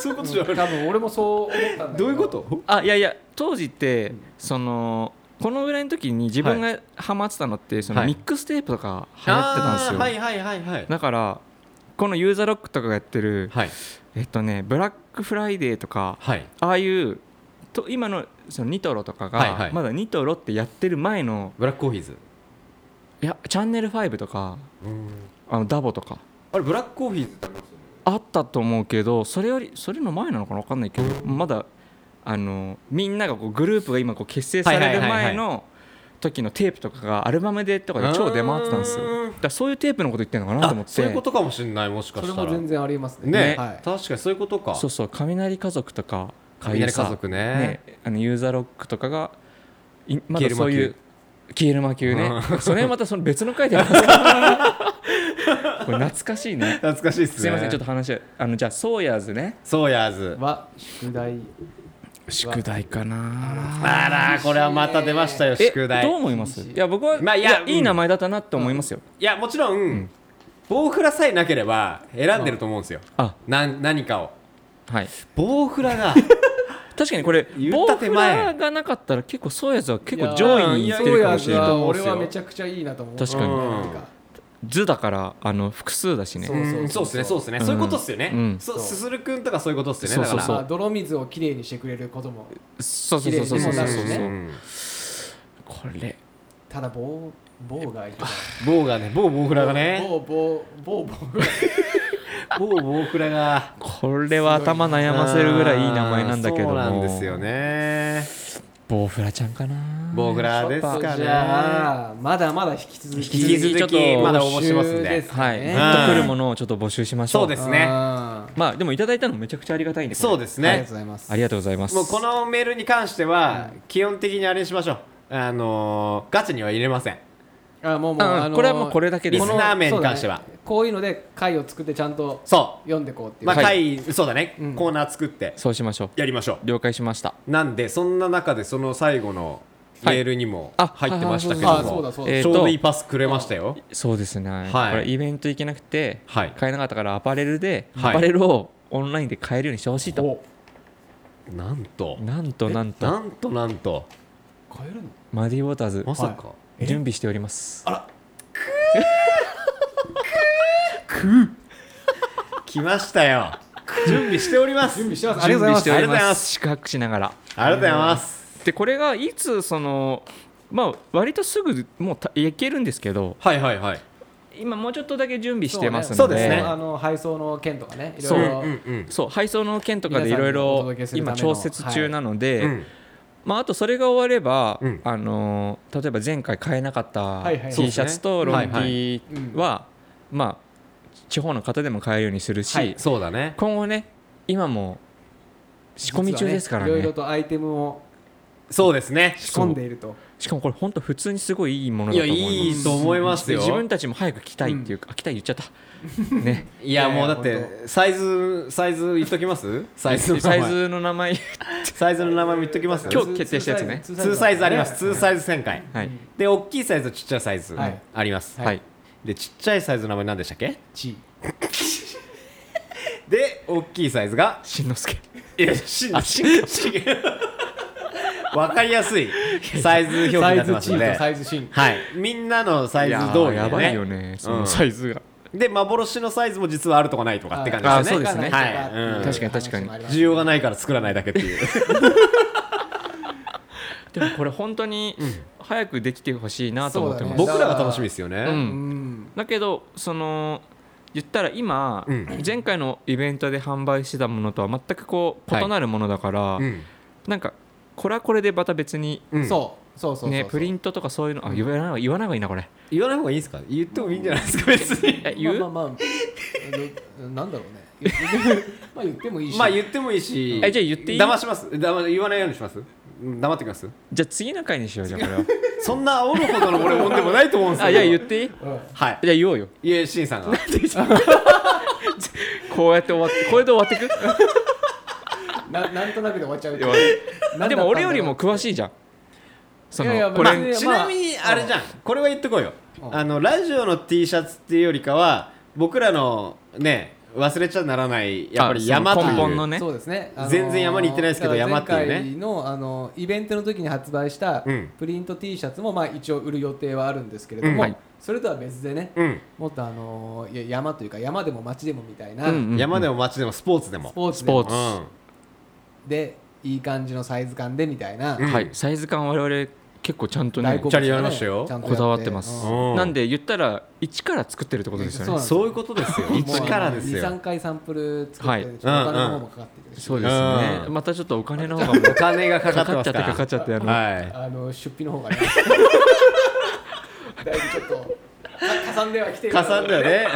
[SPEAKER 1] そういうこ
[SPEAKER 3] 多分俺もそう思ったんだけ
[SPEAKER 1] どういうこと
[SPEAKER 2] あいやいや当時って、そのこのぐらいの時に自分がハマってたのって、その
[SPEAKER 1] はい
[SPEAKER 2] ミックステープとか流行ってたんですよ、
[SPEAKER 1] あーはいはいはいはい
[SPEAKER 2] だからこのユーザーロックとかがやってる、
[SPEAKER 1] はい
[SPEAKER 2] えっとねブラックフライデーとか
[SPEAKER 1] はい
[SPEAKER 2] ああいうと今のそのニトロとかが、
[SPEAKER 1] はいはい
[SPEAKER 2] まだニトロってやってる前の
[SPEAKER 1] ブラックコーヒーズ
[SPEAKER 2] いやチャンネル5とかあのダボとか
[SPEAKER 1] あれブラックコーヒーズってありますよね
[SPEAKER 2] あったと思うけどそれよりそれの前なのかな分かんないけどまだあのみんながこうグループが今こう結成される
[SPEAKER 1] はいはいはいは
[SPEAKER 2] 前
[SPEAKER 1] い
[SPEAKER 2] の時のテープとかがアルバムでとかで超出回ってたんですよ
[SPEAKER 1] うーん
[SPEAKER 2] だからそういうテープのこと言ってるのかなと思っ
[SPEAKER 1] あ
[SPEAKER 2] て
[SPEAKER 1] そういうことかもしれないもしか
[SPEAKER 3] そ
[SPEAKER 1] し
[SPEAKER 3] れ
[SPEAKER 1] た
[SPEAKER 3] も
[SPEAKER 1] ら
[SPEAKER 3] 全然ありますね
[SPEAKER 1] ね
[SPEAKER 3] はい、
[SPEAKER 1] 確かにそういうことか
[SPEAKER 2] そうそう雷家族とか
[SPEAKER 1] 雷家族
[SPEAKER 2] ああいうさ
[SPEAKER 1] ね
[SPEAKER 2] ねあのユーザーロックとかがいま
[SPEAKER 1] 消え
[SPEAKER 2] だ
[SPEAKER 1] る
[SPEAKER 2] そ
[SPEAKER 1] 魔
[SPEAKER 2] う
[SPEAKER 1] 球
[SPEAKER 2] いう消える魔球ね それまたその別の回で やるこれ懐かしいね
[SPEAKER 1] 懐かしいっすね
[SPEAKER 2] すいませんちょっと話あのじゃあソーヤーズね
[SPEAKER 1] ソーヤーズ
[SPEAKER 3] は宿題
[SPEAKER 2] 宿題かな
[SPEAKER 1] あらこれはまた出ましたよ
[SPEAKER 2] え
[SPEAKER 1] 宿題
[SPEAKER 2] どう思いますいや僕は、
[SPEAKER 1] まあ
[SPEAKER 2] い
[SPEAKER 1] い
[SPEAKER 2] や
[SPEAKER 1] や
[SPEAKER 2] いい名前だったなって思いますよ、
[SPEAKER 1] いやもちろん棒フラさえなければ選んでると思うんですよ
[SPEAKER 2] あ
[SPEAKER 1] なん何かを
[SPEAKER 2] はい
[SPEAKER 1] 棒フラが
[SPEAKER 2] 確かにこれ
[SPEAKER 1] 言
[SPEAKER 2] ボ
[SPEAKER 1] った
[SPEAKER 2] ー
[SPEAKER 1] 手
[SPEAKER 2] フ
[SPEAKER 1] 前
[SPEAKER 2] ラーがなかったら結構ソーヤーズは結構上位にいってるかもしれ
[SPEAKER 1] いやいや
[SPEAKER 2] ない
[SPEAKER 1] いや
[SPEAKER 3] 俺はめちゃくちゃいいなと思う
[SPEAKER 2] 確かに
[SPEAKER 3] なんか
[SPEAKER 2] 図だからあの複数だしね、
[SPEAKER 3] そう
[SPEAKER 1] うんそうっすねそうっすねそういうことっすよ
[SPEAKER 2] う
[SPEAKER 1] ね
[SPEAKER 2] ん
[SPEAKER 1] そう
[SPEAKER 3] そう
[SPEAKER 1] すするくんとかそういうことっすよね
[SPEAKER 2] そう
[SPEAKER 1] だか
[SPEAKER 2] そう
[SPEAKER 1] ら
[SPEAKER 2] そう
[SPEAKER 3] まあ泥水をきれいにしてくれることも
[SPEAKER 2] そうそうそうそうそうそうそう、
[SPEAKER 3] 綺麗に
[SPEAKER 1] う
[SPEAKER 3] も
[SPEAKER 1] ん
[SPEAKER 2] これ
[SPEAKER 3] ただ棒棒がいる
[SPEAKER 1] 棒がね棒棒フラがね
[SPEAKER 3] 棒棒棒棒
[SPEAKER 1] 棒棒フラが
[SPEAKER 2] これは頭悩ませるぐらいいい名前なんだけども
[SPEAKER 1] そうなんですよね
[SPEAKER 2] ボウフラちゃんかな
[SPEAKER 1] 棒フラですか
[SPEAKER 3] じ
[SPEAKER 1] ね
[SPEAKER 3] ゃあまだまだ引き続き
[SPEAKER 1] 引き続
[SPEAKER 2] ちょっ
[SPEAKER 1] き
[SPEAKER 2] と
[SPEAKER 1] まだ応募してますん
[SPEAKER 3] 募集
[SPEAKER 1] で
[SPEAKER 3] です
[SPEAKER 2] はい、
[SPEAKER 3] ね
[SPEAKER 2] グッとくるものをちょっと募集しましょう
[SPEAKER 1] そうですね
[SPEAKER 3] あー
[SPEAKER 2] まあでもいただいたのめちゃくちゃありがたいんでこれ
[SPEAKER 1] そうです
[SPEAKER 3] ありが
[SPEAKER 1] ね
[SPEAKER 3] とうございます
[SPEAKER 2] ありがとうございます
[SPEAKER 1] もうこのメールに関しては基本的にあれにしましょうあのーガチには入れません
[SPEAKER 3] あもうもう、
[SPEAKER 2] うん
[SPEAKER 3] あのー
[SPEAKER 2] これはもうこれだけで
[SPEAKER 1] リス
[SPEAKER 2] す
[SPEAKER 3] この
[SPEAKER 1] ナー名に関しては
[SPEAKER 3] そうだねこういうので回を作ってちゃんと
[SPEAKER 1] そ
[SPEAKER 3] 読んでこうって
[SPEAKER 1] う
[SPEAKER 3] いう、
[SPEAKER 1] まあ
[SPEAKER 2] は
[SPEAKER 1] 回そうだね
[SPEAKER 3] うん
[SPEAKER 1] コーナー作って
[SPEAKER 2] そうしましょ
[SPEAKER 1] やりましょ
[SPEAKER 2] う了解しました
[SPEAKER 1] うなんでそんな中でその最後のメールにも
[SPEAKER 2] はいあ
[SPEAKER 1] 入ってましたけど
[SPEAKER 3] あーそうだ
[SPEAKER 1] も
[SPEAKER 3] そうだ、
[SPEAKER 2] えー
[SPEAKER 1] ちょうどいいパスくれましたよ
[SPEAKER 2] そうですね、
[SPEAKER 1] はい
[SPEAKER 2] これイベント行けなくて
[SPEAKER 1] はい
[SPEAKER 2] 買えなかったからアパレルで、
[SPEAKER 1] はい
[SPEAKER 2] アパレルをオンラインで買えるようにしてほしいと
[SPEAKER 3] お
[SPEAKER 1] なんと
[SPEAKER 2] なんとなんと
[SPEAKER 1] なんとなんと
[SPEAKER 3] 買えるの
[SPEAKER 2] マディウォーターズ
[SPEAKER 1] まさか
[SPEAKER 2] 準備しております
[SPEAKER 1] 来ましたよ準備しております
[SPEAKER 3] 準備してますあり
[SPEAKER 2] 準
[SPEAKER 3] がとう
[SPEAKER 2] 備
[SPEAKER 3] ご
[SPEAKER 2] して
[SPEAKER 3] ざ
[SPEAKER 2] お
[SPEAKER 3] い
[SPEAKER 2] り
[SPEAKER 3] ます
[SPEAKER 2] ます宿泊しながら
[SPEAKER 1] ありがとうございます
[SPEAKER 2] でこれがいつそのまあ割とすぐもうた焼けるんですけど
[SPEAKER 1] はいはいはい
[SPEAKER 2] 今もうちょっとだけ準備してますので
[SPEAKER 1] そうですね
[SPEAKER 3] あの配送の件とかねいろ
[SPEAKER 2] そう
[SPEAKER 3] い
[SPEAKER 1] うん
[SPEAKER 3] ろ
[SPEAKER 1] うん
[SPEAKER 2] そう配送の件とかでいろい
[SPEAKER 3] 皆さんにお
[SPEAKER 2] ろ
[SPEAKER 3] 届けする
[SPEAKER 2] 今
[SPEAKER 3] ための
[SPEAKER 2] 調節中なので、
[SPEAKER 1] うん
[SPEAKER 2] まあ、あとそれが終われば、
[SPEAKER 1] うん
[SPEAKER 2] あのー例えば前回買えなかった
[SPEAKER 3] はいはい
[SPEAKER 2] T シャツとロンテ
[SPEAKER 1] そう
[SPEAKER 2] ィ
[SPEAKER 3] すね
[SPEAKER 2] ーはまあ地方の方でも買えるようにするし、
[SPEAKER 3] はい
[SPEAKER 1] そうだね
[SPEAKER 2] 今後ね今も仕込み中ですから
[SPEAKER 3] 実はね
[SPEAKER 2] ね
[SPEAKER 3] いろいろとアイテムを
[SPEAKER 1] そうですね
[SPEAKER 3] 仕込んでいると
[SPEAKER 2] しかもこれ本当普通にすごいいいもの
[SPEAKER 1] い
[SPEAKER 2] だ
[SPEAKER 1] や
[SPEAKER 2] と思います
[SPEAKER 1] いいと思います
[SPEAKER 2] で
[SPEAKER 1] よ
[SPEAKER 2] 自分たちも早く着たいっていうか、あ着たい言っちゃった ね
[SPEAKER 1] いや
[SPEAKER 3] いやいや
[SPEAKER 1] もうだっ
[SPEAKER 3] 本
[SPEAKER 1] てサイズサイズ言っとき ますサイズの名
[SPEAKER 2] サ
[SPEAKER 1] 前
[SPEAKER 2] イズの名前
[SPEAKER 1] サイズの名前も言っときます
[SPEAKER 2] 今日決定したやつね
[SPEAKER 3] ツー
[SPEAKER 1] 2サイズあります
[SPEAKER 3] ツー
[SPEAKER 1] 2サイズ1000回
[SPEAKER 2] はい
[SPEAKER 1] で大きいサイズとちっちゃいサイズ
[SPEAKER 3] はい
[SPEAKER 1] あります
[SPEAKER 2] はい、
[SPEAKER 1] でちっちゃいサイズの名前何でしたっけ
[SPEAKER 3] チ
[SPEAKER 1] で大きいサイズが
[SPEAKER 2] しんのすけ
[SPEAKER 1] いやしん わかりやすいサイズ表記に
[SPEAKER 3] サ
[SPEAKER 1] な
[SPEAKER 3] イ
[SPEAKER 1] って
[SPEAKER 3] ズ
[SPEAKER 1] ま
[SPEAKER 3] チ
[SPEAKER 1] すん
[SPEAKER 3] ー
[SPEAKER 1] で
[SPEAKER 3] とサイズシン
[SPEAKER 1] はいみんなのサイズ通り
[SPEAKER 2] やばい
[SPEAKER 1] で
[SPEAKER 2] よ
[SPEAKER 1] ね
[SPEAKER 2] ねそのサイズが、
[SPEAKER 1] で幻のサイズも実はあるとかないとかって感じですね
[SPEAKER 2] あそうですね
[SPEAKER 1] はいうん
[SPEAKER 2] 確かに確かに
[SPEAKER 1] 需要がないから作らないだけっていう
[SPEAKER 2] でもこれ本当に早くできてほしいなと思ってます、
[SPEAKER 3] そうだね
[SPEAKER 1] 僕らが楽しみですよ
[SPEAKER 2] う
[SPEAKER 1] ね
[SPEAKER 2] ん
[SPEAKER 3] うん
[SPEAKER 2] だけどその言ったら今、
[SPEAKER 1] うん
[SPEAKER 2] 前回のイベントで販売してたものとは全くこう
[SPEAKER 1] はい
[SPEAKER 2] 異なるものだから、
[SPEAKER 1] うん
[SPEAKER 2] なんかこれはこれでまた別に、
[SPEAKER 1] うん
[SPEAKER 3] そうそうそうそう
[SPEAKER 2] ねプリントとかそういうのあ言わない言わない方がいいなこれ
[SPEAKER 1] 言わない方がいいですか言ってもいいんじゃないですか別に
[SPEAKER 2] え言う、
[SPEAKER 3] まあまあまあえなんだろう ねまあ言ってもいいし
[SPEAKER 1] まあ言ってもいいし
[SPEAKER 2] えじゃあ言っていい
[SPEAKER 1] 騙します騙言わないようにしますうん黙ってきます
[SPEAKER 2] じゃあ次の回にしようじゃあこれは
[SPEAKER 1] そんな煽るほどの俺もんでもないと思うんです
[SPEAKER 2] あ
[SPEAKER 1] よ
[SPEAKER 2] いや言っていいじゃ
[SPEAKER 3] うん
[SPEAKER 1] はい
[SPEAKER 2] あ言おうよ
[SPEAKER 1] いやしんさんが
[SPEAKER 2] こうやって終わ ってこれで終わってく
[SPEAKER 3] ななんとなくで終わっちゃう
[SPEAKER 2] やば
[SPEAKER 3] なんだったんだろう
[SPEAKER 2] でも俺よりも詳しいじゃんその
[SPEAKER 3] いやいや
[SPEAKER 2] こ
[SPEAKER 3] まあ
[SPEAKER 2] れ
[SPEAKER 3] 別
[SPEAKER 1] ちなみにあれじゃんこれは言ってこいよ
[SPEAKER 3] うん
[SPEAKER 1] あのラジオの T シャツっていうよりかは僕らのね忘れちゃならないやっぱり山
[SPEAKER 2] あ
[SPEAKER 1] とい
[SPEAKER 2] その
[SPEAKER 1] う
[SPEAKER 2] 根本のね
[SPEAKER 3] そうですね、
[SPEAKER 1] 全然山に行ってないですけど
[SPEAKER 3] だから
[SPEAKER 1] 山っていうね
[SPEAKER 3] 前回のあのイベントの時に発売した
[SPEAKER 1] うん
[SPEAKER 3] プリント T シャツもまあ一応売る予定はあるんですけれど
[SPEAKER 1] うん
[SPEAKER 3] も、
[SPEAKER 1] はい
[SPEAKER 3] それとは別でね、
[SPEAKER 1] うん
[SPEAKER 3] もっとあのいや山というか山でも町でもみたいな、
[SPEAKER 2] うんうん
[SPEAKER 1] 山でも街でもスポーツでも
[SPEAKER 3] スポーツ
[SPEAKER 2] ス
[SPEAKER 3] で
[SPEAKER 2] ポ
[SPEAKER 3] も
[SPEAKER 2] ー
[SPEAKER 1] う
[SPEAKER 2] ツ、
[SPEAKER 1] ん
[SPEAKER 3] でいい感じのサイズ感でみたいな、
[SPEAKER 1] うん
[SPEAKER 2] はいサイズ感我々結構ちゃんと
[SPEAKER 3] 大
[SPEAKER 2] ね
[SPEAKER 3] 好物
[SPEAKER 1] ちゃん
[SPEAKER 3] がね
[SPEAKER 1] とやりましたよ
[SPEAKER 3] ちゃんとや
[SPEAKER 2] こだわってます、
[SPEAKER 3] うん
[SPEAKER 1] うん
[SPEAKER 2] なんで言ったら一から作ってるってことですよね
[SPEAKER 1] そういうこと ですよ
[SPEAKER 3] もう
[SPEAKER 1] 一からです
[SPEAKER 3] あの2、3
[SPEAKER 1] よ
[SPEAKER 3] 回サンプル作
[SPEAKER 2] は
[SPEAKER 3] っ
[SPEAKER 2] い
[SPEAKER 3] てるんで、ちょっとお金の方もかかってるし、
[SPEAKER 2] そうですね、
[SPEAKER 1] うん
[SPEAKER 2] またちょっとお金の方がもう
[SPEAKER 1] お金がかか
[SPEAKER 2] か
[SPEAKER 1] ってますか
[SPEAKER 2] かっちゃってからかっちゃってあの、
[SPEAKER 1] はい
[SPEAKER 3] あの出費 の方がねだいぶちょっとか さんではきてる
[SPEAKER 1] かさんだよね、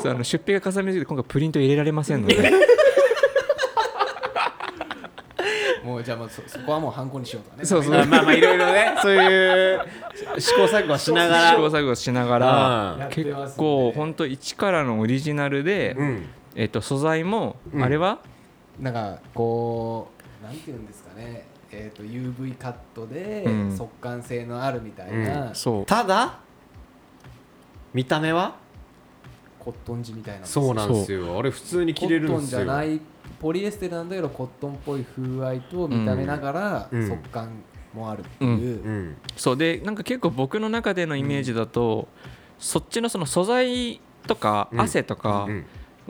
[SPEAKER 2] そうあの出費がかさみすぎて今回プリント入れられませんの で
[SPEAKER 3] もうじゃあまあそそこはもうハンコにしようとかね
[SPEAKER 2] そうそう
[SPEAKER 1] うん、まあまあいろいろねそういう試行錯誤しながら
[SPEAKER 2] 試行錯誤しながら
[SPEAKER 1] うん
[SPEAKER 3] やって
[SPEAKER 2] 結
[SPEAKER 3] ますんで
[SPEAKER 2] 構本当一からのオリジナルで、
[SPEAKER 1] うん
[SPEAKER 2] えっと素材も、
[SPEAKER 1] うん
[SPEAKER 2] あれは
[SPEAKER 3] なんかこうなんていうんですかねえー、と UV カットで
[SPEAKER 2] うん
[SPEAKER 3] 速乾性のあるみたいな、
[SPEAKER 2] そう
[SPEAKER 1] ただ見た目は
[SPEAKER 3] コットン地みたいな
[SPEAKER 1] そうなんん
[SPEAKER 2] で
[SPEAKER 1] ですすよあれ普通に
[SPEAKER 3] コ
[SPEAKER 1] 着れ
[SPEAKER 3] ッ
[SPEAKER 1] る
[SPEAKER 3] ト
[SPEAKER 1] ん
[SPEAKER 3] ン
[SPEAKER 1] です
[SPEAKER 3] じ
[SPEAKER 1] よ
[SPEAKER 3] ゃないポリエステルなんだけどコットンっぽい風合いと見た目ながら
[SPEAKER 1] うん
[SPEAKER 3] 速乾もあるっていう、
[SPEAKER 1] うん
[SPEAKER 2] そうでなんか結構僕の中でのイメージだと、そっちのその素材とか
[SPEAKER 1] うん
[SPEAKER 2] 汗とか、
[SPEAKER 1] うん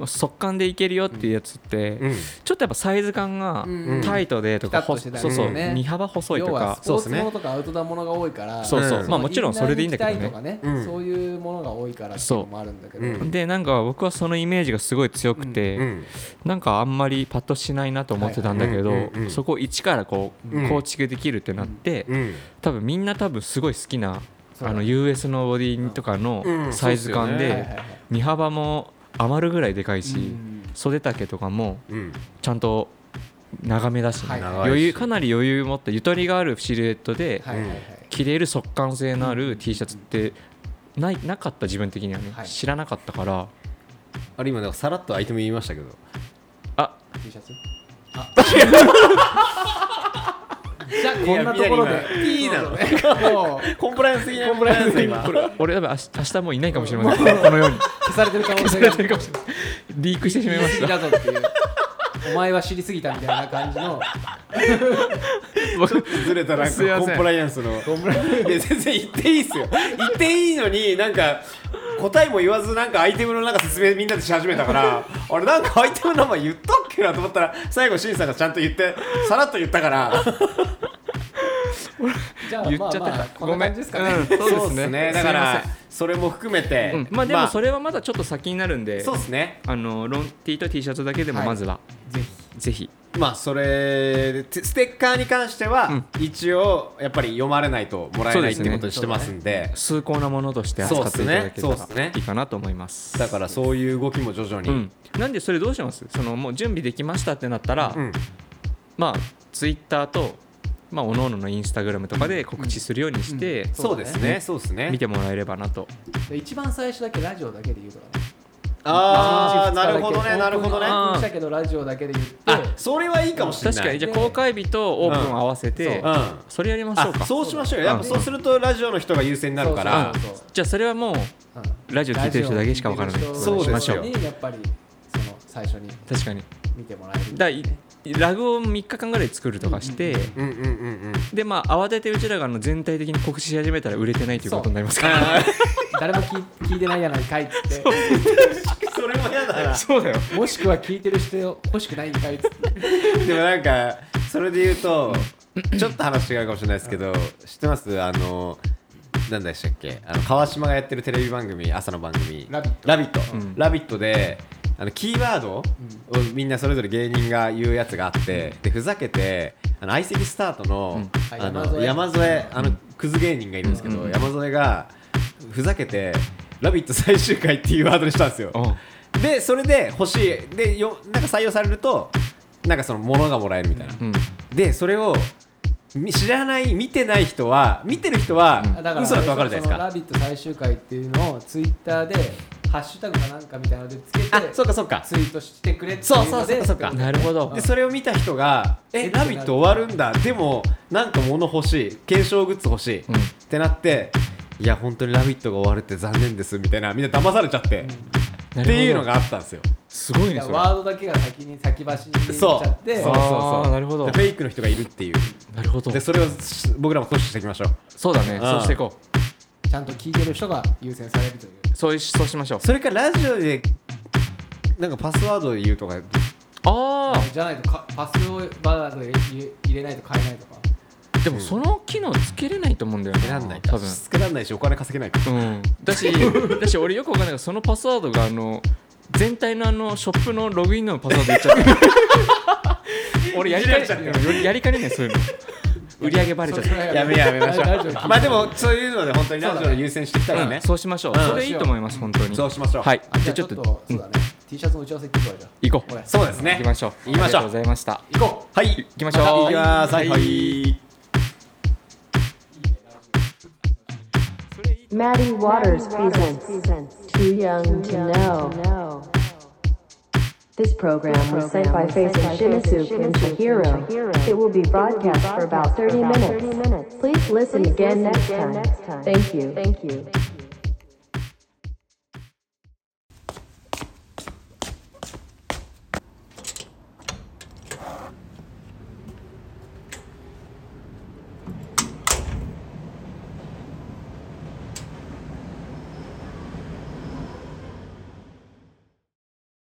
[SPEAKER 2] 速乾でいけるよっていうやつって、
[SPEAKER 1] うん
[SPEAKER 2] ちょっとやっぱサイズ感が
[SPEAKER 3] うん
[SPEAKER 2] タイトでとか、
[SPEAKER 3] ピタッと
[SPEAKER 2] ほ
[SPEAKER 3] して
[SPEAKER 2] そう
[SPEAKER 3] たり
[SPEAKER 2] そう
[SPEAKER 1] とか
[SPEAKER 3] ね
[SPEAKER 2] 身幅細いと
[SPEAKER 3] 要は
[SPEAKER 2] か
[SPEAKER 3] スポー
[SPEAKER 1] そ
[SPEAKER 3] ツ
[SPEAKER 1] うですね
[SPEAKER 3] ものとかアウトドアものが多いから
[SPEAKER 2] そうそう、
[SPEAKER 1] うん
[SPEAKER 2] まあもちろんそれでいいんだけど
[SPEAKER 3] インナー
[SPEAKER 2] ね
[SPEAKER 3] に着たいとか
[SPEAKER 1] うん
[SPEAKER 3] そういうものが多いからっていうのもあるんだけど、
[SPEAKER 1] そううん
[SPEAKER 2] でなんか僕はそのイメージがすごい強くて、
[SPEAKER 1] うん
[SPEAKER 2] なんかあんまりパッとしないなと思ってたんだけど、
[SPEAKER 1] はいはいうんうんうん
[SPEAKER 2] そこを一からこ
[SPEAKER 1] う
[SPEAKER 2] うん構築できるってなって、
[SPEAKER 1] うん
[SPEAKER 2] 多分みんな多分すごい好きな
[SPEAKER 3] そ
[SPEAKER 2] あ
[SPEAKER 3] うだね
[SPEAKER 2] の US のボディとかの
[SPEAKER 1] うん
[SPEAKER 2] サイズ感
[SPEAKER 1] そうっすよね
[SPEAKER 3] はいはい
[SPEAKER 2] で
[SPEAKER 3] はい
[SPEAKER 2] 身幅も余るぐらいでかいし、
[SPEAKER 3] うん
[SPEAKER 2] 袖丈とかも
[SPEAKER 1] うん
[SPEAKER 2] ちゃんと長めだし、
[SPEAKER 3] はい
[SPEAKER 1] 長いし
[SPEAKER 2] 余裕かなり余裕持ってゆとりがあるシルエットで
[SPEAKER 3] はいはいはい
[SPEAKER 2] 着れる速乾性のある T シャツってないなかった自分的にはね、
[SPEAKER 3] はい
[SPEAKER 2] 知らなかったから
[SPEAKER 1] あれ今なんかさらっとアイテム言いましたけど
[SPEAKER 2] あ
[SPEAKER 3] T シャツ あじゃあこんなところで
[SPEAKER 1] いやい
[SPEAKER 3] も う
[SPEAKER 1] コンプライアンス的なコンプライアンス今
[SPEAKER 2] 俺多分明日明日もういないかもしれま せんこのように
[SPEAKER 3] 消されてる可能性
[SPEAKER 2] や
[SPEAKER 3] が
[SPEAKER 2] ってるかもしれないリークしてしまいました
[SPEAKER 3] だぞっていうお前は知りすぎたみたいな感じの
[SPEAKER 2] 僕
[SPEAKER 1] ずれたら
[SPEAKER 2] すいません
[SPEAKER 1] コンプライアンスのいや全然言っていいっすよ言っていいのになんか答えも言わずなんかアイテムのなんか説明みんなでし始めた からあれなんかアイテムの名前言ったっけなと思ったら最後しんさんがちゃんと言ってさらっと言ったから
[SPEAKER 3] じゃあ
[SPEAKER 2] 言っちゃって
[SPEAKER 3] まあまあ
[SPEAKER 2] た
[SPEAKER 3] こんな感じですかね、
[SPEAKER 2] うんそう
[SPEAKER 1] っ
[SPEAKER 2] ですね
[SPEAKER 1] だから
[SPEAKER 2] すいま
[SPEAKER 1] それも含めて、
[SPEAKER 2] せんうんまあでもそ
[SPEAKER 1] れ、
[SPEAKER 2] れはまだちょっと先になるんで
[SPEAKER 1] そうですね
[SPEAKER 2] あのロン T と T シャツだけでもまずはぜひ
[SPEAKER 1] まあそれでステッカーに関しては、一応やっぱり読まれないともらえないってことにしてますんで
[SPEAKER 2] 崇高なものとして扱っていただけた
[SPEAKER 1] そうっすねそうっす
[SPEAKER 2] ら
[SPEAKER 1] ね
[SPEAKER 2] いいかなと思います
[SPEAKER 1] だからそういう動きも徐々に、
[SPEAKER 2] うんなんでそれどうしますそのもう準備できましたってなったら
[SPEAKER 1] うん
[SPEAKER 2] まあツイッターとまあ各々のインスタグラムとかで告知するようにして
[SPEAKER 1] そうですねそうですね
[SPEAKER 2] 見てもらえればなと
[SPEAKER 3] で一番最初だけラジオだけで言うとかね
[SPEAKER 1] ああなるほどねなるほどね
[SPEAKER 2] あー
[SPEAKER 3] したけどラジオだけで言って
[SPEAKER 1] あそれはいいかもしれ
[SPEAKER 2] 確
[SPEAKER 1] ない
[SPEAKER 2] かにじゃあ公開日とオープンを合わせて
[SPEAKER 1] うんあ
[SPEAKER 2] それやりましょうか
[SPEAKER 1] そうしましょうよやっぱそうするとラジオの人が優先になるから
[SPEAKER 3] そうそうそう
[SPEAKER 2] じゃあそれはもう
[SPEAKER 3] うん
[SPEAKER 2] ラジオ聞いてる人だけしかわからない
[SPEAKER 3] ラジ
[SPEAKER 1] そ
[SPEAKER 3] オ
[SPEAKER 1] う
[SPEAKER 3] を
[SPEAKER 1] で
[SPEAKER 3] 聞
[SPEAKER 1] す
[SPEAKER 3] いて
[SPEAKER 1] よ
[SPEAKER 3] る人にやっぱりその最初に
[SPEAKER 2] 確かに
[SPEAKER 3] 見てもらえる
[SPEAKER 2] だいラグを3日間ぐらい作るとかして、
[SPEAKER 1] うんうんうんうん
[SPEAKER 2] でまあ慌ててうちらがあの全体的に告知し始めたら売れてないということになりますから
[SPEAKER 1] あ
[SPEAKER 3] 誰も聞い聞いてないやないかいっつって
[SPEAKER 1] ーそれも嫌だな
[SPEAKER 2] そうだ よ
[SPEAKER 3] もしくは聞いてる人欲しくないんかいっつって
[SPEAKER 1] でもなんかそれで言うとちょっと話違うかもしれないですけど知ってますあの何でしたっけあの川島がやってるテレビ番組朝の番組「
[SPEAKER 3] ラビット
[SPEAKER 1] ラビット」ラビットであのキーワードをみんなそれぞれ芸人が言うやつがあってでふざけてあの相席スタートの,、
[SPEAKER 3] うん
[SPEAKER 1] あ
[SPEAKER 3] あ山
[SPEAKER 1] の
[SPEAKER 3] 添
[SPEAKER 1] 山添あのクズ芸人がいるんですけど、山添がふざけて「ラビット!」最終回っていうワードにしたんですよ。でそれで欲しいでよなんか採用されるとなんかその物がもらえるみたいな、
[SPEAKER 2] うん
[SPEAKER 1] でそれをみ知らない見てない人は見てる人は
[SPEAKER 3] だから
[SPEAKER 1] 嘘だと分かるじゃないです
[SPEAKER 3] その
[SPEAKER 1] か
[SPEAKER 3] ラビット最終回っていうのをツイッターでハッシュタグかなんかみたいなのでつけて
[SPEAKER 1] あそうかそうか
[SPEAKER 3] ツイートしてくれってい
[SPEAKER 1] そう
[SPEAKER 3] う
[SPEAKER 1] そう
[SPEAKER 3] の
[SPEAKER 1] そう
[SPEAKER 3] で
[SPEAKER 1] かそうか
[SPEAKER 2] なるほど
[SPEAKER 1] でそれを見た人が「え
[SPEAKER 3] え
[SPEAKER 1] ラビット!」終わるんだでもなんか物欲しい検証グッズ欲しい、ってなっていや本当に「ラビット!」が終わるって残念ですみたいなみんな騙されちゃって、っていうのがあったんですよ
[SPEAKER 2] すごい
[SPEAKER 3] い
[SPEAKER 2] ね
[SPEAKER 3] や
[SPEAKER 2] それ
[SPEAKER 3] ワードだけが先に先走りに行っちゃって
[SPEAKER 1] そうそうそう
[SPEAKER 2] あーなるほど
[SPEAKER 1] でフェイクの人がいるっていう
[SPEAKER 2] なるほど
[SPEAKER 1] でそれをし僕らも阻止していきましょう
[SPEAKER 2] そうだね
[SPEAKER 1] ん
[SPEAKER 2] そうしていこう
[SPEAKER 3] ちゃんと聞いてる人が優先されるという
[SPEAKER 2] そういそうしましょう
[SPEAKER 1] それからラジオでなんかパスワードを言うとか
[SPEAKER 2] あ
[SPEAKER 3] じゃないとかパスをバードで入れ入れないと買えないとか
[SPEAKER 2] あでもその機能つけれないと思うんだよね
[SPEAKER 1] 選んない
[SPEAKER 2] 多
[SPEAKER 1] 多
[SPEAKER 2] 分
[SPEAKER 1] 分つけらんないしお金稼げないから
[SPEAKER 2] うんだしだし俺よくわかんないけどそのパスワードがあの全体のあのショップのログインのパスワード言っ ちゃった俺やりか
[SPEAKER 1] いじられ
[SPEAKER 2] ねうんやりかねねそういうの売り上げバレちゃった
[SPEAKER 3] た
[SPEAKER 1] やめやめましょ
[SPEAKER 3] ラジオ
[SPEAKER 1] う まあでもそういうので本当にラジオで優先していきたいです
[SPEAKER 2] う
[SPEAKER 1] ね
[SPEAKER 2] んそうしましょう、
[SPEAKER 1] うん
[SPEAKER 2] それいいと思います本当に
[SPEAKER 1] そうしましょう
[SPEAKER 2] はい
[SPEAKER 3] じ
[SPEAKER 2] じゃあ
[SPEAKER 3] ゃあち
[SPEAKER 2] ち
[SPEAKER 3] ょ
[SPEAKER 2] ょ
[SPEAKER 3] っ
[SPEAKER 2] っ
[SPEAKER 3] と
[SPEAKER 2] と
[SPEAKER 3] そうだね T シャツの打ち合わせ行ってこいじゃ
[SPEAKER 2] 行こう
[SPEAKER 3] あ俺
[SPEAKER 1] そうですね
[SPEAKER 2] 行きましょう
[SPEAKER 1] 行きましょう
[SPEAKER 2] ありがとうございました
[SPEAKER 1] 行こうはい行
[SPEAKER 2] きましょう
[SPEAKER 1] 行きますはい、
[SPEAKER 2] は
[SPEAKER 1] はいい
[SPEAKER 4] Maddie Waters presents Too Young to Know. This program was sent by Faith and Shimizu and Shihiro. It will be broadcast for about 30 minutes. Please listen again next time. Thank you. Thank you.